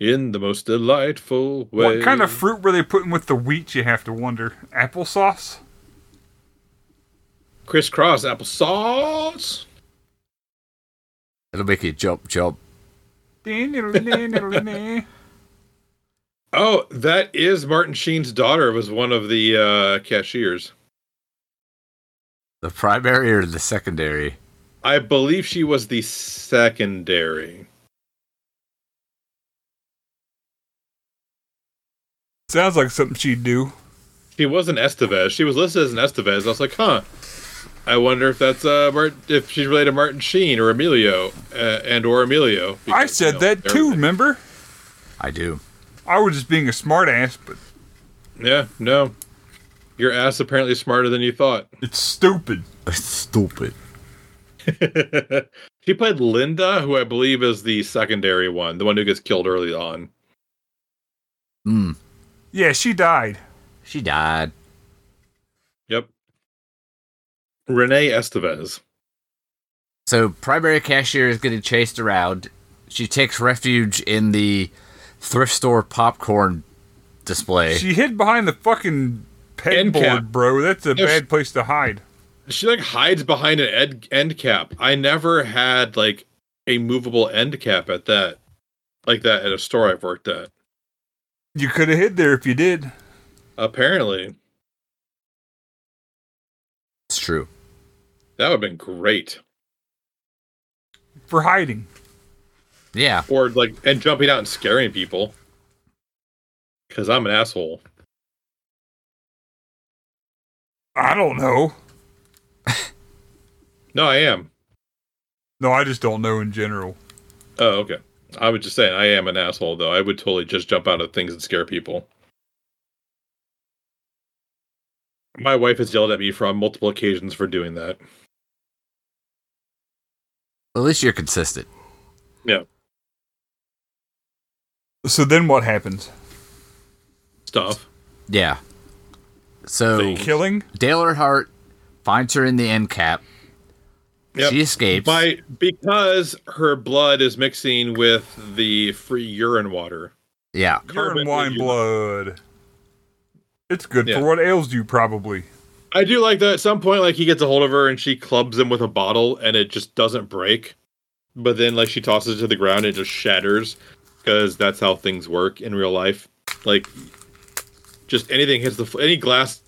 [SPEAKER 3] in the most delightful way.
[SPEAKER 2] What kind of fruit were they putting with the wheat? You have to wonder. Applesauce.
[SPEAKER 3] crisscross applesauce?
[SPEAKER 1] It'll make you jump, jump.
[SPEAKER 2] That's
[SPEAKER 3] Oh, that is Martin Sheen's daughter. Was one of the uh, cashiers.
[SPEAKER 1] The primary or the secondary?
[SPEAKER 3] I believe she was the secondary.
[SPEAKER 2] Sounds like something she'd do.
[SPEAKER 3] She was an Estevez. She was listed as an Estevez. I was like, huh. I wonder if that's uh Mart- if she's related to Martin Sheen or Emilio uh, and or Emilio.
[SPEAKER 2] I
[SPEAKER 3] because,
[SPEAKER 2] said
[SPEAKER 3] you know,
[SPEAKER 2] that
[SPEAKER 3] they're-
[SPEAKER 2] too. Remember?
[SPEAKER 1] I do.
[SPEAKER 2] I was just being a smartass, but
[SPEAKER 3] Yeah, no. Your ass apparently smarter than you thought.
[SPEAKER 2] it's stupid.
[SPEAKER 1] Stupid.
[SPEAKER 3] she played Linda, who I believe is the secondary one, the one who gets killed early on.
[SPEAKER 1] Mm,
[SPEAKER 2] Yeah, she died.
[SPEAKER 1] she died.
[SPEAKER 3] Yep. Renee Estevez.
[SPEAKER 1] So primary cashier is getting chased around. She takes refuge in the thrift store popcorn display.
[SPEAKER 2] She hid behind the fucking
[SPEAKER 3] End cap.
[SPEAKER 2] pegboard, bro. That's a
[SPEAKER 3] Yes.
[SPEAKER 2] bad place to hide.
[SPEAKER 3] She like hides behind an ed- end cap. I never had like a movable end cap at that, like that at a store I've worked at.
[SPEAKER 2] You could have hid there if you did.
[SPEAKER 3] Apparently,
[SPEAKER 1] it's true.
[SPEAKER 3] that would have been great.
[SPEAKER 2] For hiding.
[SPEAKER 1] Yeah.
[SPEAKER 3] Or like and jumping out and scaring people, because I'm an asshole.
[SPEAKER 2] I don't know.
[SPEAKER 3] No, I am.
[SPEAKER 2] No, I just don't know in general.
[SPEAKER 3] Oh, okay. I was just saying I am an asshole though. I would totally just jump out of things and scare people. My wife has yelled at me for on multiple occasions for doing that.
[SPEAKER 1] At least you're consistent.
[SPEAKER 2] So then what happens?
[SPEAKER 3] Stuff.
[SPEAKER 1] Yeah. So
[SPEAKER 3] Thank
[SPEAKER 2] Killing?
[SPEAKER 1] Dale Earnhardt finds her in the end cap.
[SPEAKER 3] Yep.
[SPEAKER 1] She escapes.
[SPEAKER 3] By because her blood is mixing with the free urine water.
[SPEAKER 1] yeah.
[SPEAKER 2] Urine,
[SPEAKER 3] Carbon
[SPEAKER 2] wine,
[SPEAKER 3] would-
[SPEAKER 2] blood. It's good
[SPEAKER 3] Yeah.
[SPEAKER 2] for what ails you, probably.
[SPEAKER 3] I do like that. At some point, like he gets a hold of her and she clubs him with a bottle, and it just doesn't break. But then, like she tosses it to the ground, and it just shatters because that's how things work in real life. Like, just anything hits the fl- any glass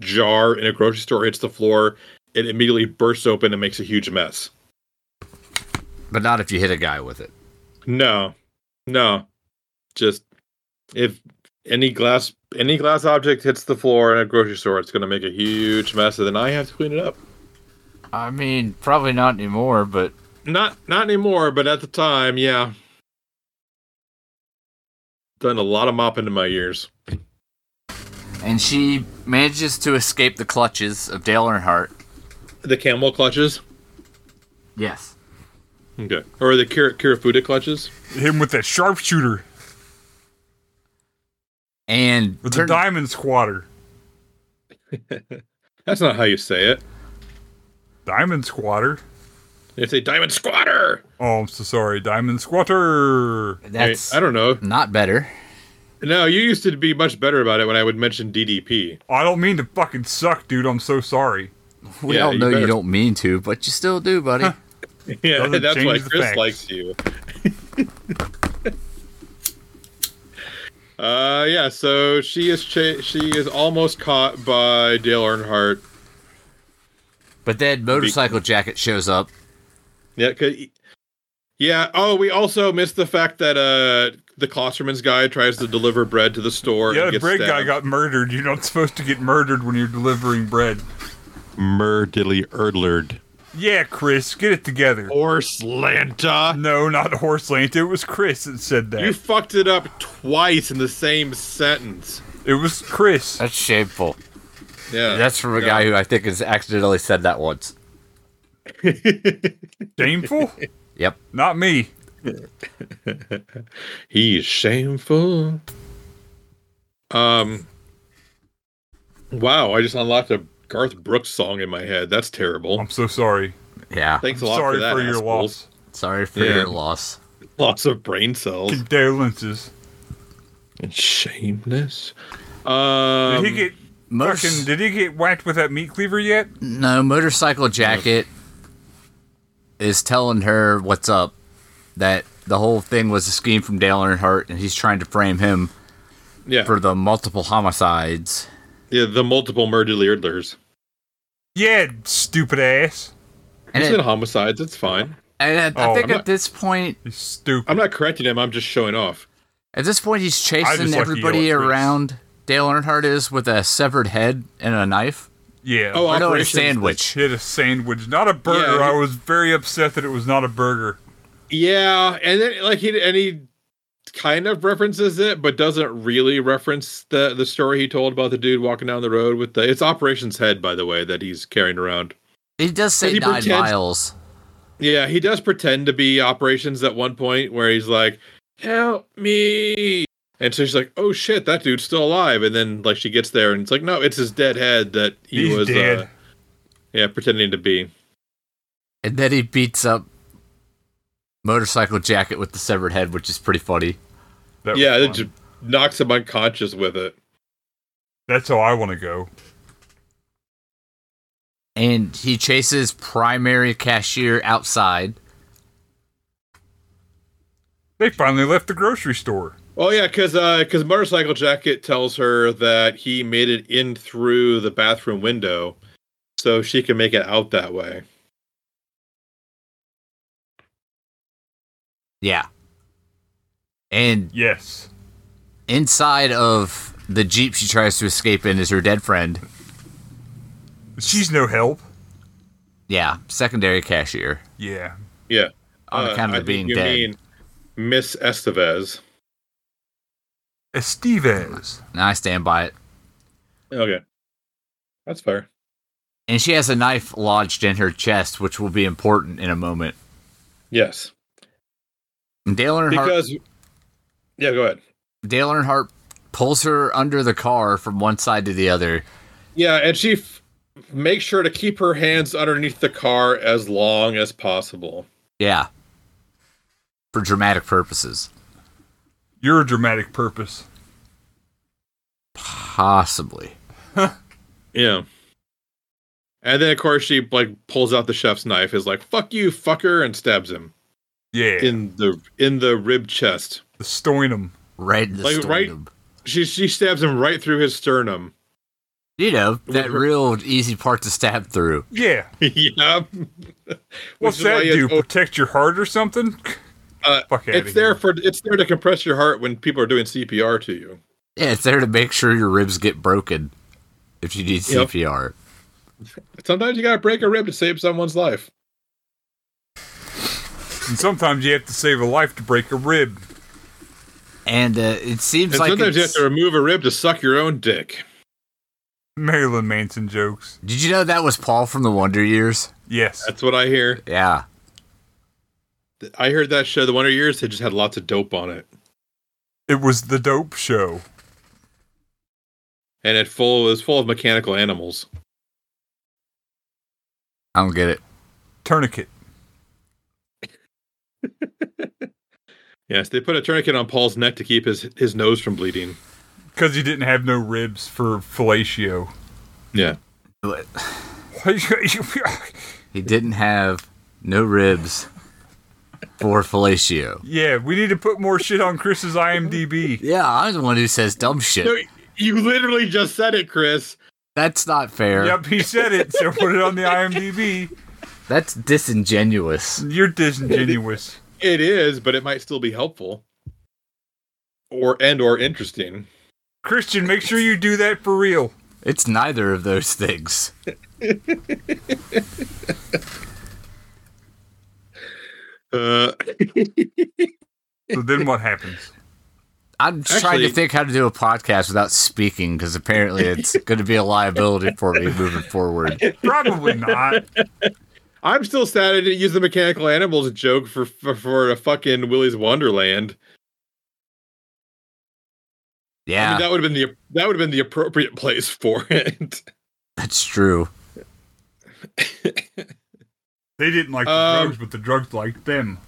[SPEAKER 3] jar in a grocery store hits the floor, it immediately bursts open and makes a huge mess.
[SPEAKER 1] But not if you hit a guy with it.
[SPEAKER 3] No, no, just if any glass any glass object hits the floor in a grocery store, it's gonna make a huge mess, and then I have to clean it up.
[SPEAKER 1] I mean, probably not anymore, but
[SPEAKER 3] Not not anymore, but at the time, yeah. Done a lot of mopping in my years.
[SPEAKER 1] and she manages to escape the clutches of Dale Earnhardt.
[SPEAKER 3] The camel clutches.
[SPEAKER 1] Yes.
[SPEAKER 3] Okay. Or the Kira, Kirafuda clutches.
[SPEAKER 2] Hit him with that sharpshooter
[SPEAKER 1] And
[SPEAKER 2] with
[SPEAKER 1] turn-
[SPEAKER 2] the diamond squatter.
[SPEAKER 3] That's not how you say it.
[SPEAKER 2] Diamond squatter.
[SPEAKER 3] You say diamond squatter.
[SPEAKER 2] Oh, I'm so sorry. Diamond squatter.
[SPEAKER 1] that's
[SPEAKER 3] I, I don't know.
[SPEAKER 1] not better.
[SPEAKER 3] No, you used to be much better about it when I would mention DDP.
[SPEAKER 2] I don't mean to fucking suck, dude. I'm so sorry.
[SPEAKER 1] We
[SPEAKER 3] Yeah,
[SPEAKER 1] all
[SPEAKER 3] you
[SPEAKER 1] know you
[SPEAKER 3] better-
[SPEAKER 1] don't mean to, but you still do, buddy.
[SPEAKER 3] Yeah,
[SPEAKER 2] Doesn't
[SPEAKER 3] that's why
[SPEAKER 2] change the
[SPEAKER 3] Chris
[SPEAKER 2] facts.
[SPEAKER 3] likes you. uh, yeah. So she is cha- she is almost caught by Dale Earnhardt.
[SPEAKER 1] But then motorcycle jacket shows up.
[SPEAKER 3] Yeah. 'cause he- yeah. Oh, we also missed the fact that uh the Klosterman's guy tries to deliver bread to the store.
[SPEAKER 2] Yeah,
[SPEAKER 3] and
[SPEAKER 2] the
[SPEAKER 3] gets
[SPEAKER 2] bread guy
[SPEAKER 3] stabbed.
[SPEAKER 2] got murdered. You're not supposed to get murdered when you're delivering bread.
[SPEAKER 4] Murdily erdlerd.
[SPEAKER 2] Yeah, Chris, get it together.
[SPEAKER 4] Or slanta.
[SPEAKER 2] No, not horse length. It was Chris that said that.
[SPEAKER 3] You fucked it up twice in the same sentence.
[SPEAKER 2] it was Chris.
[SPEAKER 1] That's shameful.
[SPEAKER 3] Yeah.
[SPEAKER 1] That's from a guy who I think has accidentally said that once.
[SPEAKER 2] Shameful?
[SPEAKER 1] Yep.
[SPEAKER 2] not me.
[SPEAKER 3] He's shameful. Um. Wow, I just unlocked a Garth Brooks song in my head. That's terrible.
[SPEAKER 2] I'm so sorry.
[SPEAKER 1] Yeah.
[SPEAKER 3] Thanks a lot
[SPEAKER 2] Sorry
[SPEAKER 3] for that.
[SPEAKER 2] for your
[SPEAKER 3] assholes.
[SPEAKER 2] loss.
[SPEAKER 1] Sorry for
[SPEAKER 3] Yeah.
[SPEAKER 1] your loss.
[SPEAKER 3] Loss of brain cells
[SPEAKER 2] Condolences.
[SPEAKER 3] and shameless.
[SPEAKER 2] Did
[SPEAKER 3] Um,
[SPEAKER 2] he get
[SPEAKER 1] Motors-
[SPEAKER 2] fucking? Did he get whacked with that meat cleaver yet?
[SPEAKER 1] No, motorcycle jacket is telling her what's up. That the whole thing was a scheme from Dale Earnhardt, and he's trying to frame him
[SPEAKER 3] yeah,
[SPEAKER 1] for the multiple homicides.
[SPEAKER 3] yeah, the multiple murder leerdlers.
[SPEAKER 2] Yeah, stupid ass.
[SPEAKER 1] And,
[SPEAKER 3] It's
[SPEAKER 1] it,
[SPEAKER 3] in homicides. It's fine.
[SPEAKER 1] and I- I
[SPEAKER 2] Oh,
[SPEAKER 1] think
[SPEAKER 2] I'm
[SPEAKER 1] at
[SPEAKER 3] not-
[SPEAKER 1] this point,
[SPEAKER 2] He's stupid.
[SPEAKER 3] I'm not correcting him. I'm just showing off.
[SPEAKER 1] at this point, he's chasing
[SPEAKER 2] just like to
[SPEAKER 1] everybody
[SPEAKER 2] yell at Chris.
[SPEAKER 1] around. Dale Earnhardt is with a severed head and a knife.
[SPEAKER 2] yeah.
[SPEAKER 3] Oh,
[SPEAKER 1] I know a
[SPEAKER 3] Operations-
[SPEAKER 1] sandwich.
[SPEAKER 2] Hit a sandwich, not a burger.
[SPEAKER 3] Yeah.
[SPEAKER 2] I was very upset that it was not a burger.
[SPEAKER 3] Yeah, and then like he and he kind of references it, but doesn't really reference the the story he told about the dude walking down the road with the it's Operations Head, by the way, that he's carrying around.
[SPEAKER 1] He does say
[SPEAKER 3] he
[SPEAKER 1] nine
[SPEAKER 3] pretends-
[SPEAKER 1] miles.
[SPEAKER 3] Yeah, he does pretend to be Operations at one point where he's like, "Help me." And so she's like, "Oh shit, that dude's still alive!" And then like she gets there, and it's like, "No, it's his dead head that he
[SPEAKER 2] He's
[SPEAKER 3] was,
[SPEAKER 2] dead.
[SPEAKER 3] Uh, yeah, pretending to be."
[SPEAKER 1] And then he beats up motorcycle jacket with the severed head, which is pretty funny.
[SPEAKER 2] That was
[SPEAKER 3] yeah, it
[SPEAKER 2] fun.
[SPEAKER 3] just knocks him unconscious with it.
[SPEAKER 2] that's how I want to go.
[SPEAKER 1] And he chases primary cashier outside.
[SPEAKER 2] They finally left the grocery store.
[SPEAKER 3] Oh yeah, because because motorcycle jacket tells her that he made it in through the bathroom window, so she can make it out that way.
[SPEAKER 1] Yeah. And
[SPEAKER 2] Yes.
[SPEAKER 1] inside of the Jeep she tries to escape in is her dead friend.
[SPEAKER 2] She's no help.
[SPEAKER 1] Yeah, secondary cashier.
[SPEAKER 2] Yeah.
[SPEAKER 3] Yeah,
[SPEAKER 1] On account of
[SPEAKER 3] Uh, I
[SPEAKER 1] it
[SPEAKER 3] think
[SPEAKER 1] being
[SPEAKER 3] you
[SPEAKER 1] dead.
[SPEAKER 3] mean Miss Estevez.
[SPEAKER 2] Estevez.
[SPEAKER 1] And I stand by it.
[SPEAKER 3] Okay, that's fair.
[SPEAKER 1] And she has a knife lodged in her chest, which will be important in a moment.
[SPEAKER 3] Yes,
[SPEAKER 1] And Dale Earnhardt,
[SPEAKER 3] because yeah, go ahead.
[SPEAKER 1] Dale Earnhardt pulls her under the car from one side to the other.
[SPEAKER 3] Yeah, and she f- makes sure to keep her hands underneath the car as long as possible.
[SPEAKER 1] Yeah. For dramatic purposes.
[SPEAKER 2] You're a dramatic purpose.
[SPEAKER 1] Possibly.
[SPEAKER 3] Yeah. And then of course she like pulls out the chef's knife, is like "fuck you, fucker," and stabs him.
[SPEAKER 2] Yeah.
[SPEAKER 3] in the in the rib chest.
[SPEAKER 2] the Stoinum.
[SPEAKER 1] Right in the
[SPEAKER 3] Like, right-
[SPEAKER 1] sternum.
[SPEAKER 3] She she stabs him right through his sternum.
[SPEAKER 1] You know, that
[SPEAKER 3] her-
[SPEAKER 1] real easy part to stab through.
[SPEAKER 2] Yeah.
[SPEAKER 3] yeah.
[SPEAKER 2] What's
[SPEAKER 3] Which is
[SPEAKER 2] that
[SPEAKER 3] why it's
[SPEAKER 2] do?
[SPEAKER 3] o-
[SPEAKER 2] Protect your heart or something?
[SPEAKER 3] Uh,
[SPEAKER 2] Fuck outta
[SPEAKER 3] It's
[SPEAKER 2] here.
[SPEAKER 3] there for it's there to compress your heart when people are doing CPR to you.
[SPEAKER 1] Yeah, it's there to make sure your ribs get broken if you need
[SPEAKER 3] Yep.
[SPEAKER 1] CPR.
[SPEAKER 3] Sometimes you gotta break a rib to save someone's life.
[SPEAKER 2] And sometimes you have to save a life to break a rib.
[SPEAKER 1] And uh, it seems
[SPEAKER 3] And
[SPEAKER 1] like
[SPEAKER 3] sometimes you have
[SPEAKER 1] it's-
[SPEAKER 3] to remove a rib to suck your own dick.
[SPEAKER 2] Marilyn Manson jokes.
[SPEAKER 1] did you know that was Paul from the Wonder Years?
[SPEAKER 2] Yes.
[SPEAKER 3] That's what I hear.
[SPEAKER 1] Yeah,
[SPEAKER 3] I heard that show, The Wonder Years, had just had lots of dope on it.
[SPEAKER 2] It was the dope show.
[SPEAKER 3] And it full it was full of mechanical animals.
[SPEAKER 1] I don't get it.
[SPEAKER 2] Tourniquet.
[SPEAKER 3] Yes, they put a tourniquet on Paul's neck to keep his, his nose from bleeding.
[SPEAKER 2] Because he didn't have no ribs for fellatio.
[SPEAKER 3] Yeah.
[SPEAKER 1] But he didn't have no ribs for fellatio.
[SPEAKER 2] yeah, we need to put more shit on Chris's IMDb.
[SPEAKER 1] Yeah, I'm the one who says dumb shit.
[SPEAKER 3] you literally just said it, Chris.
[SPEAKER 1] That's not fair.
[SPEAKER 2] Yep, he said it, so put it on the IMDb.
[SPEAKER 1] That's disingenuous.
[SPEAKER 2] You're disingenuous.
[SPEAKER 3] It is, but it might still be helpful. Or and or interesting.
[SPEAKER 2] Christian, make sure you do that for real.
[SPEAKER 1] It's neither of those things.
[SPEAKER 3] Uh
[SPEAKER 2] So then what happens?
[SPEAKER 1] I'm trying to
[SPEAKER 3] Actually-
[SPEAKER 1] think how to do a podcast without speaking because apparently it's going to be a liability for me moving forward.
[SPEAKER 2] Probably not.
[SPEAKER 3] I'm still sad I didn't use the mechanical animals joke for for, for a fucking Willy's Wonderland. I mean,
[SPEAKER 1] Yeah,
[SPEAKER 3] that would have been the that would have been the appropriate place for it.
[SPEAKER 1] that's true.
[SPEAKER 2] They didn't like the
[SPEAKER 3] Um,
[SPEAKER 2] drugs, but the drugs liked them.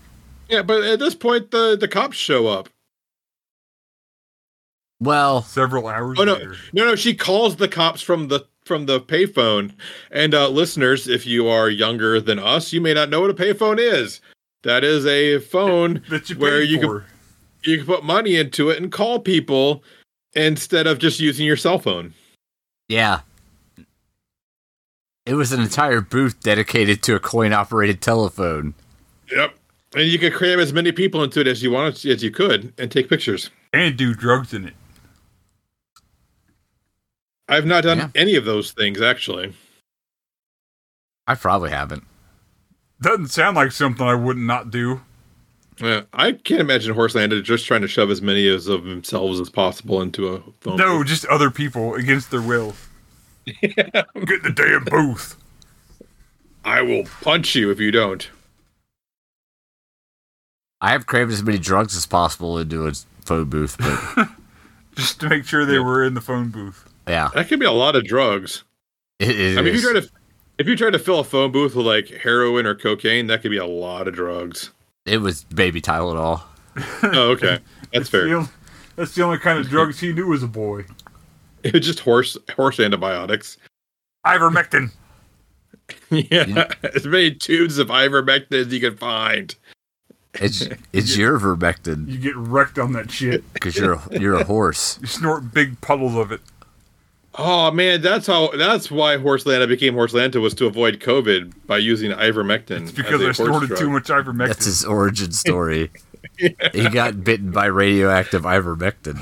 [SPEAKER 3] yeah, but at this point, the the cops show up.
[SPEAKER 1] Well,
[SPEAKER 2] Several hours
[SPEAKER 3] Oh no,
[SPEAKER 2] later.
[SPEAKER 3] no, no! She calls the cops from the from the payphone. And uh, listeners, if you are younger than us, you may not know what a payphone is. That is a phone
[SPEAKER 2] That you
[SPEAKER 3] Where
[SPEAKER 2] paid
[SPEAKER 3] you could-
[SPEAKER 2] for.
[SPEAKER 3] you can put money into it and call people instead of just using your cell phone.
[SPEAKER 1] yeah. It was an entire booth dedicated to a coin operated telephone.
[SPEAKER 3] Yep. And you could cram as many people into it as you wanted as you could and take pictures.
[SPEAKER 2] and do drugs in it.
[SPEAKER 3] I've not done
[SPEAKER 1] Yeah.
[SPEAKER 3] any of those things actually.
[SPEAKER 1] I probably haven't.
[SPEAKER 2] Doesn't sound like something I would not do.
[SPEAKER 3] Yeah, I can't imagine Horse Landed just trying to shove as many as of themselves as possible into a phone.
[SPEAKER 2] No,
[SPEAKER 3] booth.
[SPEAKER 2] just other people against their will. Get in the damn booth.
[SPEAKER 3] I will punch you if you don't.
[SPEAKER 1] I have crammed as many drugs as possible into a phone booth, but
[SPEAKER 2] Just to make sure they
[SPEAKER 3] Yeah.
[SPEAKER 2] were in the phone booth.
[SPEAKER 1] yeah,
[SPEAKER 3] That could be a lot of drugs.
[SPEAKER 1] it, it
[SPEAKER 3] I mean, if
[SPEAKER 1] is.
[SPEAKER 3] you try to if you try to fill a phone booth with like heroin or cocaine, that could be a lot of drugs.
[SPEAKER 1] it was baby Tylenol.
[SPEAKER 3] Oh, okay, that's
[SPEAKER 2] The
[SPEAKER 3] fair.
[SPEAKER 2] only- that's the only kind of drugs he knew as a boy.
[SPEAKER 3] It was just horse horse antibiotics.
[SPEAKER 2] Ivermectin.
[SPEAKER 3] Yeah, as many tubes of ivermectin as you can find.
[SPEAKER 1] It's it's your vermectin
[SPEAKER 2] You get wrecked on that shit.
[SPEAKER 1] because you're a, you're a horse.
[SPEAKER 2] You snort big puddles of it.
[SPEAKER 3] Oh man, that's how. That's why Horselanta became Horselanta was to avoid COVID by using ivermectin.
[SPEAKER 2] It's because I snorted too much ivermectin.
[SPEAKER 1] That's his origin story. He got bitten by radioactive ivermectin.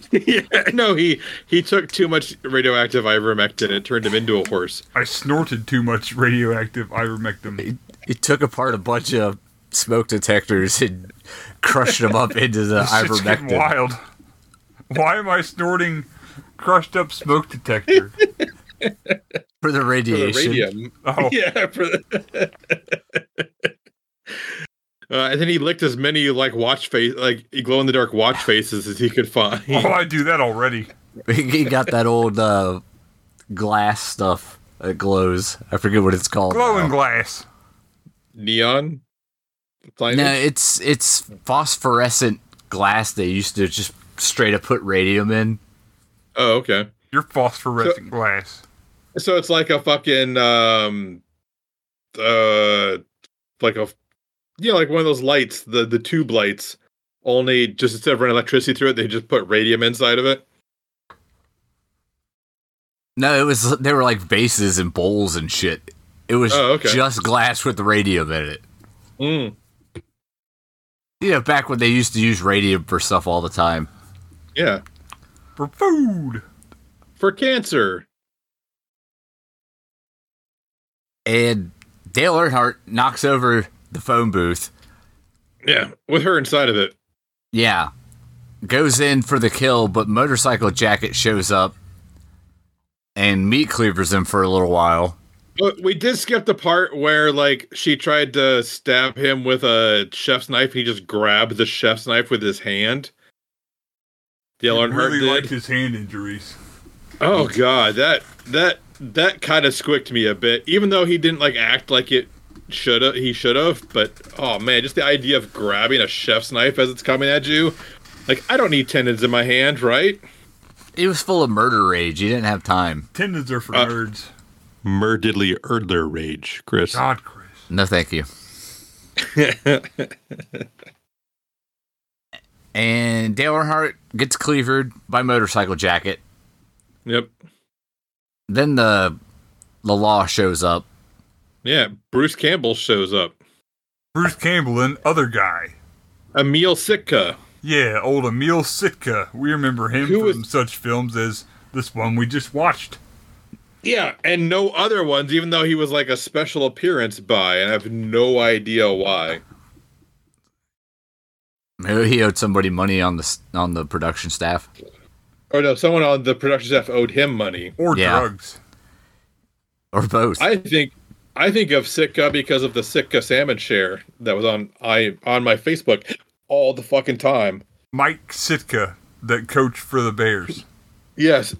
[SPEAKER 3] yeah, no, he he took too much radioactive ivermectin and it turned him into a horse.
[SPEAKER 2] I snorted too much radioactive ivermectin.
[SPEAKER 1] He took apart a bunch of smoke detectors and crushed them up into the
[SPEAKER 2] It's getting
[SPEAKER 1] ivermectin.
[SPEAKER 2] wild. Why am I snorting crushed up smoke detector?
[SPEAKER 1] for the
[SPEAKER 3] For the
[SPEAKER 1] radiation.
[SPEAKER 3] radium.
[SPEAKER 2] Oh,
[SPEAKER 3] Yeah. For the... Uh, and then he licked as many like watch face, like glow in the dark watch faces as he could find.
[SPEAKER 2] oh, I do that already.
[SPEAKER 1] he got that old uh, glass stuff that glows. I forget what it's called.
[SPEAKER 2] Glowing
[SPEAKER 1] now.
[SPEAKER 2] glass.
[SPEAKER 3] Neon. Signage?
[SPEAKER 1] No, it's it's phosphorescent glass they used to just straight up put radium in.
[SPEAKER 3] Oh, okay.
[SPEAKER 2] Your phosphorescent glass.
[SPEAKER 3] So it's like a fucking um uh like a yeah, like one of those lights, the the tube lights. Only just instead of running electricity through it, they just put radium inside of it.
[SPEAKER 1] No, it was they were like vases and bowls and shit. It was
[SPEAKER 3] Oh, okay.
[SPEAKER 1] just glass with radium in it.
[SPEAKER 3] Mm.
[SPEAKER 1] You know, back when they used to use radium for stuff all the time.
[SPEAKER 3] Yeah.
[SPEAKER 2] for food.
[SPEAKER 3] for cancer.
[SPEAKER 1] And Dale Earnhardt knocks over the phone booth.
[SPEAKER 3] Yeah, with her inside of it.
[SPEAKER 1] Yeah. Goes in for the kill, but Motorcycle Jacket shows up and meat cleavers him for a little while.
[SPEAKER 3] But we did skip the part where like she tried to stab him with a chef's knife. He just grabbed the chef's knife with his hand. Dale
[SPEAKER 2] I
[SPEAKER 3] Earnhardt
[SPEAKER 2] really
[SPEAKER 3] did.
[SPEAKER 2] like his hand injuries.
[SPEAKER 3] Oh god, that that that kind of squicked me a bit. Even though he didn't like act like it should have, he should have. But oh man, just the idea of grabbing a chef's knife as it's coming at you. Like I don't need tendons in my hand, right?
[SPEAKER 1] He was full of murder rage. He didn't have time.
[SPEAKER 2] Tendons are for
[SPEAKER 3] Uh,
[SPEAKER 2] nerds.
[SPEAKER 4] Murdiddly Erdler rage, Chris.
[SPEAKER 2] God, Chris.
[SPEAKER 1] No, thank you. and Dale Earnhardt gets cleavered by Motorcycle Jacket.
[SPEAKER 3] Yep.
[SPEAKER 1] Then the the law shows up.
[SPEAKER 3] Yeah. Bruce Campbell shows up.
[SPEAKER 2] Bruce Campbell and other guy.
[SPEAKER 3] Emil Sitka.
[SPEAKER 2] Yeah, old Emil Sitka. We remember him
[SPEAKER 3] Who
[SPEAKER 2] from
[SPEAKER 3] was-
[SPEAKER 2] such films as this one we just watched.
[SPEAKER 3] Yeah, and no other ones, even though he was like a special appearance by, and I have no idea why.
[SPEAKER 1] Maybe he owed somebody money on the s- on the production staff.
[SPEAKER 3] Or no, someone on the production staff owed him money.
[SPEAKER 2] Or
[SPEAKER 1] Yeah.
[SPEAKER 2] drugs.
[SPEAKER 1] Or both.
[SPEAKER 3] I think I think of Sitka because of the Sitka salmon share that was on I on my Facebook all the fucking time.
[SPEAKER 2] Mike Sitka, that coach for the Bears.
[SPEAKER 3] Yes.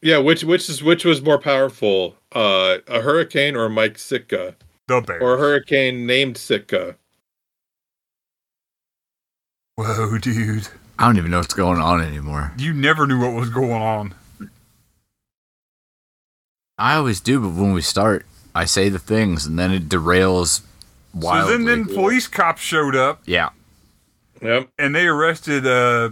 [SPEAKER 3] Yeah, which which is which was more powerful? Uh a hurricane or Mike Sitka?
[SPEAKER 2] The Bears.
[SPEAKER 3] Or a hurricane named Sitka.
[SPEAKER 2] Whoa, dude.
[SPEAKER 1] I don't even know what's going on anymore.
[SPEAKER 2] You never knew what was going on.
[SPEAKER 1] I always do, but when we start, I say the things and then it derails wildly.
[SPEAKER 2] So then, then police cops showed up
[SPEAKER 1] yeah.
[SPEAKER 3] Yep.
[SPEAKER 2] and they arrested uh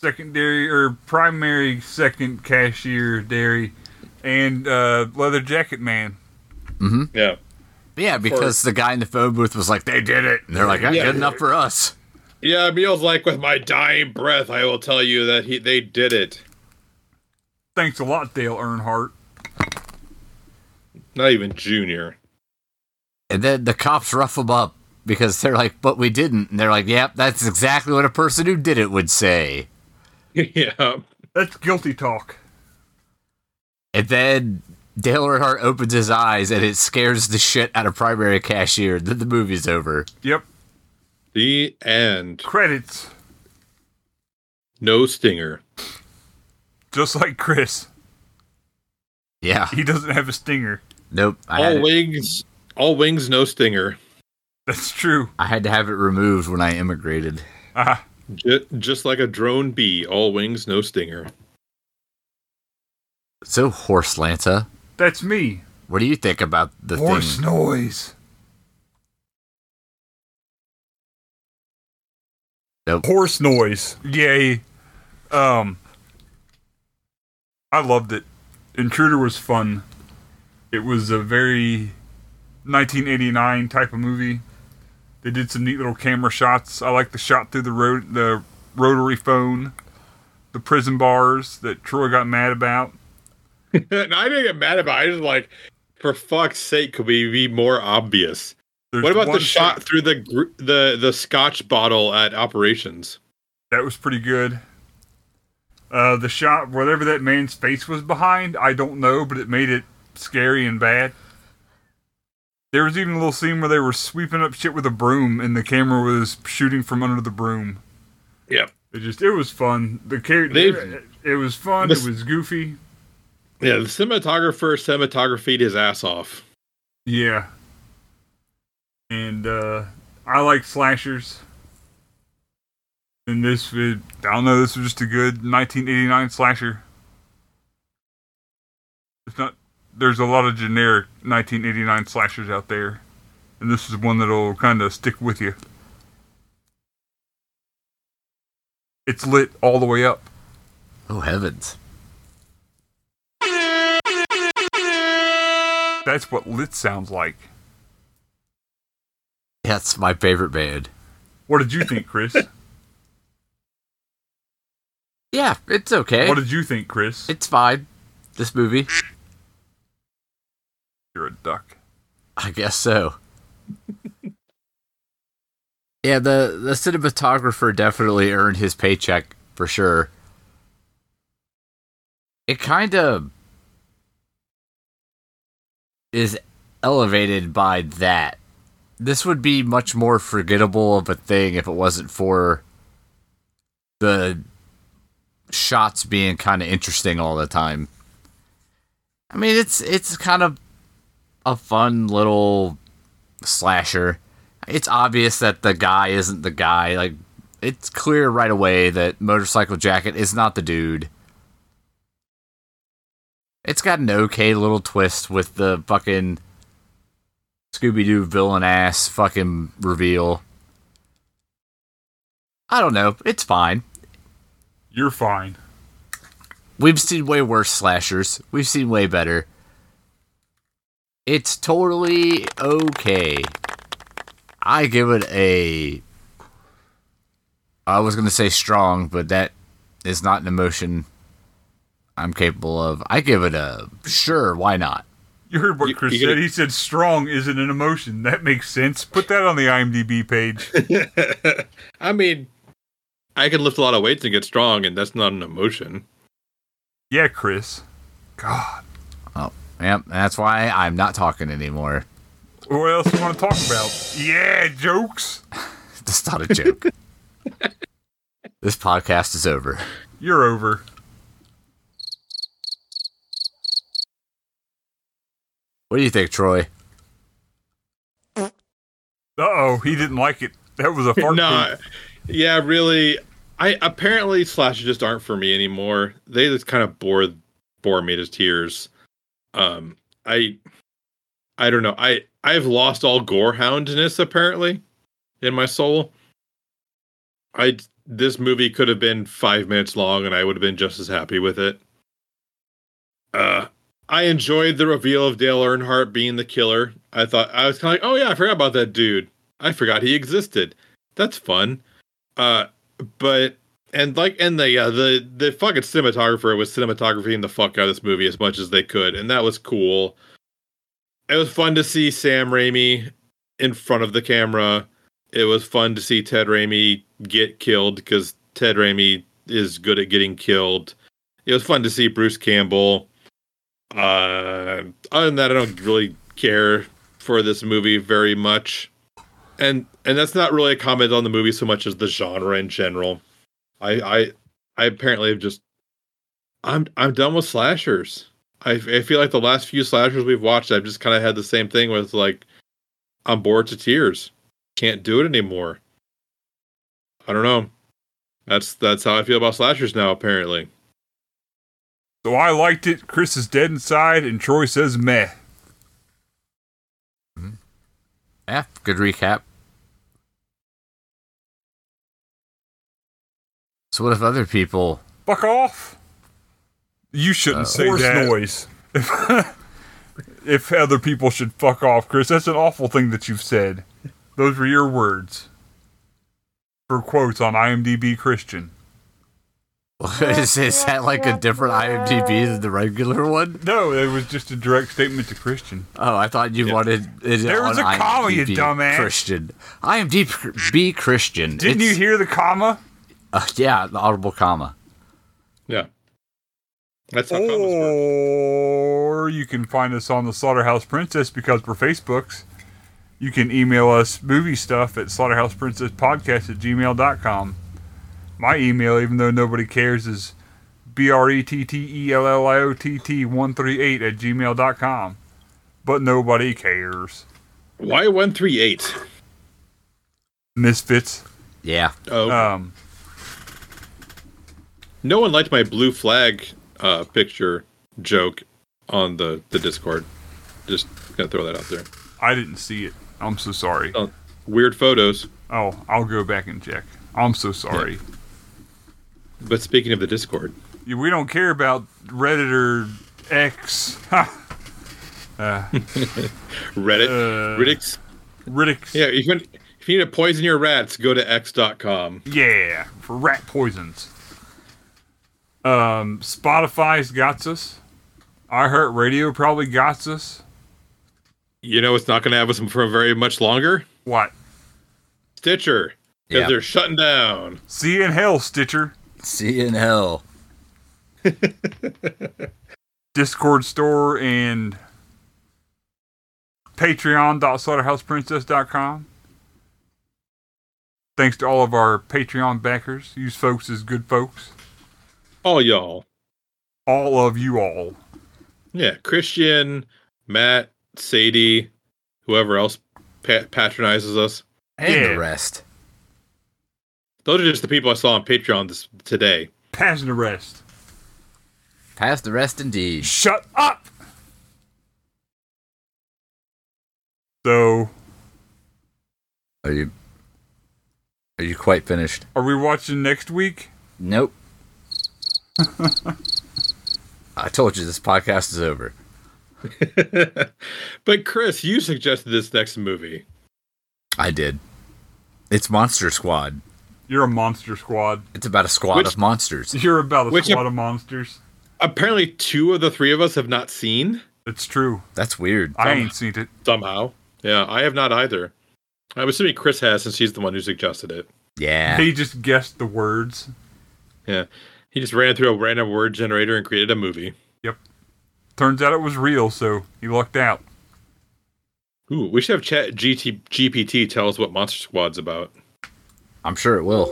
[SPEAKER 2] secondary or primary second cashier dairy and uh leather jacket man.
[SPEAKER 3] Yeah.
[SPEAKER 1] Yeah, because the guy in the phone booth was like, they did it. And they're like, that's
[SPEAKER 3] Yeah.
[SPEAKER 1] good enough for us.
[SPEAKER 3] Yeah, Emil's like with my dying breath, I will tell you that he they did it.
[SPEAKER 2] Thanks a lot, Dale Earnhardt.
[SPEAKER 3] Not even junior.
[SPEAKER 1] And then the cops rough him up because they're like, but we didn't. And they're like, yep, that's exactly what a person who did it would say.
[SPEAKER 3] yeah.
[SPEAKER 2] That's guilty talk.
[SPEAKER 1] And then Dale Earnhardt opens his eyes and it scares the shit out of primary cashier. Then the movie's over.
[SPEAKER 2] Yep.
[SPEAKER 3] The end.
[SPEAKER 2] Credits.
[SPEAKER 3] No stinger.
[SPEAKER 2] Just like Chris.
[SPEAKER 1] Yeah.
[SPEAKER 2] He doesn't have a stinger.
[SPEAKER 1] Nope. I had,
[SPEAKER 3] All
[SPEAKER 1] it,
[SPEAKER 3] wings. All wings, no stinger.
[SPEAKER 2] That's true.
[SPEAKER 1] I had to have it removed when I immigrated.
[SPEAKER 2] Uh,
[SPEAKER 3] Ju- Just like a drone bee, all wings, no stinger.
[SPEAKER 1] So, Horse Lanta,
[SPEAKER 2] that's me.
[SPEAKER 1] what do you think about the
[SPEAKER 2] Horse
[SPEAKER 1] thing?
[SPEAKER 2] noise.
[SPEAKER 1] Nope.
[SPEAKER 2] Horse noise. Yay. Um I loved it. Intruder was fun. It was a very 1989 type of movie. They did some neat little camera shots. I like the shot through the road the rotary phone, the prison bars that Troy got mad about.
[SPEAKER 3] no, I didn't get mad about it. I just like, for fuck's sake, could we be more obvious?
[SPEAKER 2] There's
[SPEAKER 3] what about
[SPEAKER 2] one
[SPEAKER 3] the shot through the gr- the the Scotch bottle at operations?
[SPEAKER 2] That was pretty good. Uh, the shot, whatever that man's face was behind, I don't know, but it made it scary and bad. There was even a little scene where they were sweeping up shit with a broom, and the camera was shooting from under the broom.
[SPEAKER 3] Yep.
[SPEAKER 2] It just, it was fun. The character,
[SPEAKER 3] They've-
[SPEAKER 2] it was fun.
[SPEAKER 3] This-
[SPEAKER 2] it was goofy.
[SPEAKER 3] Yeah, the cinematographer cinematographed his ass off.
[SPEAKER 2] Yeah. And uh, I like slashers. And this, was- I don't know, this was just a good 1989 slasher. It's not. There's a lot of generic 1989 slashers out there, and this is one that'll kind of stick with you. It's lit all the way up.
[SPEAKER 1] Oh, heavens.
[SPEAKER 2] That's what lit sounds like.
[SPEAKER 1] That's my favorite band.
[SPEAKER 2] What did you think, Chris?
[SPEAKER 1] Yeah, it's okay.
[SPEAKER 2] What did you think, Chris?
[SPEAKER 1] it's fine. This movie,
[SPEAKER 2] You're a duck.
[SPEAKER 1] I guess so. yeah, the the cinematographer definitely earned his paycheck for sure. It kind of is elevated by that. This would be much more forgettable of a thing if it wasn't for the shots being kind of interesting all the time. I mean, it's it's kind of a fun little slasher. It's obvious that the guy isn't the guy. Like, it's clear right away that Motorcycle Jacket is not the dude. It's got an okay little twist with the fucking Scooby Doo villain ass fucking reveal. I don't know. It's fine.
[SPEAKER 2] You're fine.
[SPEAKER 1] We've seen way worse slashers. We've seen way better. It's totally okay. I give it a. I was going to say strong, but that is not an emotion I'm capable of. I give it a sure, why not?
[SPEAKER 2] You heard what
[SPEAKER 3] You-
[SPEAKER 2] Chris
[SPEAKER 3] you
[SPEAKER 2] said.
[SPEAKER 3] get it.
[SPEAKER 2] He said strong isn't an emotion. That makes sense. Put that on the IMDb page.
[SPEAKER 3] I mean, I can lift a lot of weights and get strong, and that's not an emotion.
[SPEAKER 2] yeah, Chris. God.
[SPEAKER 1] Oh, yep. That's why I'm not talking anymore.
[SPEAKER 2] What else you want to talk about? Yeah, jokes.
[SPEAKER 1] That's not a joke. this podcast is over.
[SPEAKER 2] You're over.
[SPEAKER 1] What do you think, Troy?
[SPEAKER 2] Uh oh, he didn't like it. That was a fart.
[SPEAKER 3] no,
[SPEAKER 2] poop.
[SPEAKER 3] I- yeah, really. I apparently slashes just aren't for me anymore. They just kind of bore bore me to tears. Um, I I don't know. I I've lost all gorehoundness apparently in my soul. I this movie could have been five minutes long, and I would have been just as happy with it. Uh, I enjoyed the reveal of Dale Earnhardt being the killer. I thought I was kind of like, oh yeah, I forgot about that dude. I forgot he existed. That's fun. Uh, but and like and the uh, the the fucking cinematographer was cinematographing the fuck out of this movie as much as they could, and that was cool. It was fun to see Sam Raimi in front of the camera. It was fun to see Ted Raimi get killed because Ted Raimi is good at getting killed. It was fun to see Bruce Campbell. Uh, other than that, I don't really care for this movie very much and and that's not really a comment on the movie so much as the genre in general. I I I apparently have just I'm I'm done with slashers. I I feel like the last few slashers we've watched, I've just kind of had the same thing with like I'm bored to tears. Can't do it anymore. I don't know. That's that's how I feel about slashers now. Apparently,
[SPEAKER 2] So I liked it. Chris is dead inside, and Troy says meh.
[SPEAKER 1] Yeah, good recap. So what if other people?
[SPEAKER 2] Fuck off. You shouldn't
[SPEAKER 1] Uh,
[SPEAKER 2] say
[SPEAKER 4] horse
[SPEAKER 2] that.
[SPEAKER 4] noise.
[SPEAKER 2] If other people should fuck off, Chris, that's an awful thing that you've said. Those were your words. For quotes on IMDb Christian.
[SPEAKER 1] is, is that like a different IMDb than the regular one?
[SPEAKER 2] No, it was just a direct statement to Christian.
[SPEAKER 1] Oh, I thought you wanted it
[SPEAKER 2] There was
[SPEAKER 1] on
[SPEAKER 2] a comma, you
[SPEAKER 1] IMDb
[SPEAKER 2] dumbass.
[SPEAKER 1] Christian. IMDb Christian.
[SPEAKER 2] Didn't you
[SPEAKER 1] It's-
[SPEAKER 2] hear the comma?
[SPEAKER 1] Uh, yeah, the audible comma.
[SPEAKER 3] yeah. That's how comments work.
[SPEAKER 2] Or you can find us on the Slaughterhouse Princess because we're Facebooks. You can email us movie stuff at slaughterhouseprincesspodcast at gmail.com. My email, even though nobody cares, is E B-R-E-T-T-E-L-L-I-O-T-T-138 at gmail.com. But nobody cares.
[SPEAKER 3] Why one three eight?
[SPEAKER 2] Misfits.
[SPEAKER 1] Yeah.
[SPEAKER 3] Oh,
[SPEAKER 2] Um,
[SPEAKER 3] no one liked my blue flag uh, picture joke on the the Discord. Just gonna throw that out there.
[SPEAKER 2] I didn't see it. I'm so sorry.
[SPEAKER 3] Oh, weird photos.
[SPEAKER 2] Oh, I'll go back and check. I'm so sorry.
[SPEAKER 3] But speaking of the Discord,
[SPEAKER 2] Yeah, we don't care about Reddit or X.
[SPEAKER 3] Reddit,
[SPEAKER 2] Uh.
[SPEAKER 3] Riddick's.
[SPEAKER 2] Riddick.
[SPEAKER 3] Yeah, if you, want- if you need to poison your rats, go to x.com.
[SPEAKER 2] Yeah, for rat poisons. Um, Spotify's got us. iHeartRadio probably got us.
[SPEAKER 3] You know, it's not going to have us for very much longer.
[SPEAKER 2] What?
[SPEAKER 3] Stitcher, because
[SPEAKER 1] Yeah.
[SPEAKER 3] they're shutting down.
[SPEAKER 2] See you in hell, Stitcher.
[SPEAKER 1] See you in hell.
[SPEAKER 2] Discord store and patreon.slaughterhouseprincess.com. Thanks to all of our Patreon backers. Use folks as good folks.
[SPEAKER 3] All y'all.
[SPEAKER 2] All of you all.
[SPEAKER 3] Yeah, Christian, Matt, Sadie, whoever else pa- patronizes us.
[SPEAKER 1] And
[SPEAKER 2] Yeah.
[SPEAKER 1] the rest.
[SPEAKER 3] Those are just the people I saw on Patreon this, today.
[SPEAKER 2] Pass the rest.
[SPEAKER 1] Pass the rest indeed.
[SPEAKER 2] Shut up! So,
[SPEAKER 1] Are you Are you quite finished?
[SPEAKER 2] are we watching next week?
[SPEAKER 1] Nope. I told you this podcast is over.
[SPEAKER 3] But Chris, you suggested this next movie.
[SPEAKER 1] I did. It's Monster Squad.
[SPEAKER 2] You're a monster squad.
[SPEAKER 1] It's about a squad
[SPEAKER 3] Which-
[SPEAKER 1] of monsters.
[SPEAKER 2] You're about a
[SPEAKER 3] Which-
[SPEAKER 2] squad of monsters.
[SPEAKER 3] Apparently, two of the three of us have not seen
[SPEAKER 2] It's true.
[SPEAKER 1] That's weird.
[SPEAKER 2] I ain't seen it.
[SPEAKER 3] somehow. Yeah, I have not either. I'm assuming Chris has since he's the one who suggested it.
[SPEAKER 1] Yeah.
[SPEAKER 2] He just guessed the words.
[SPEAKER 3] Yeah. He just ran through a random word generator and created a movie.
[SPEAKER 2] Turns out it was real, so he lucked out.
[SPEAKER 3] Ooh, we should have Chat GT- GPT tell us what Monster Squad's about.
[SPEAKER 1] I'm sure it will.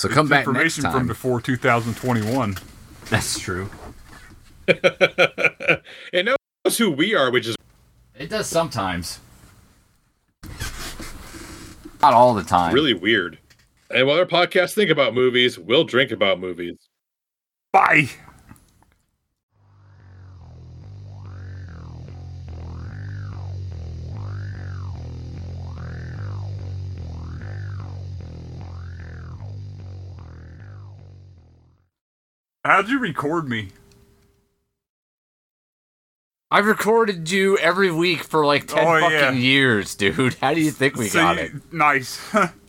[SPEAKER 1] So come
[SPEAKER 2] It's
[SPEAKER 1] back next
[SPEAKER 2] information
[SPEAKER 1] time.
[SPEAKER 2] from before 2021.
[SPEAKER 1] That's true.
[SPEAKER 3] It knows who we are, which is
[SPEAKER 1] It does sometimes. Not all the time.
[SPEAKER 3] really weird. And while our podcasts think about movies, we'll drink about movies.
[SPEAKER 2] Bye. How'd you record me?
[SPEAKER 1] I've recorded you every week for like 10
[SPEAKER 2] Oh, yeah.
[SPEAKER 1] fucking years, dude. How do you think we
[SPEAKER 2] So
[SPEAKER 1] got
[SPEAKER 2] you-
[SPEAKER 1] it?
[SPEAKER 2] Nice.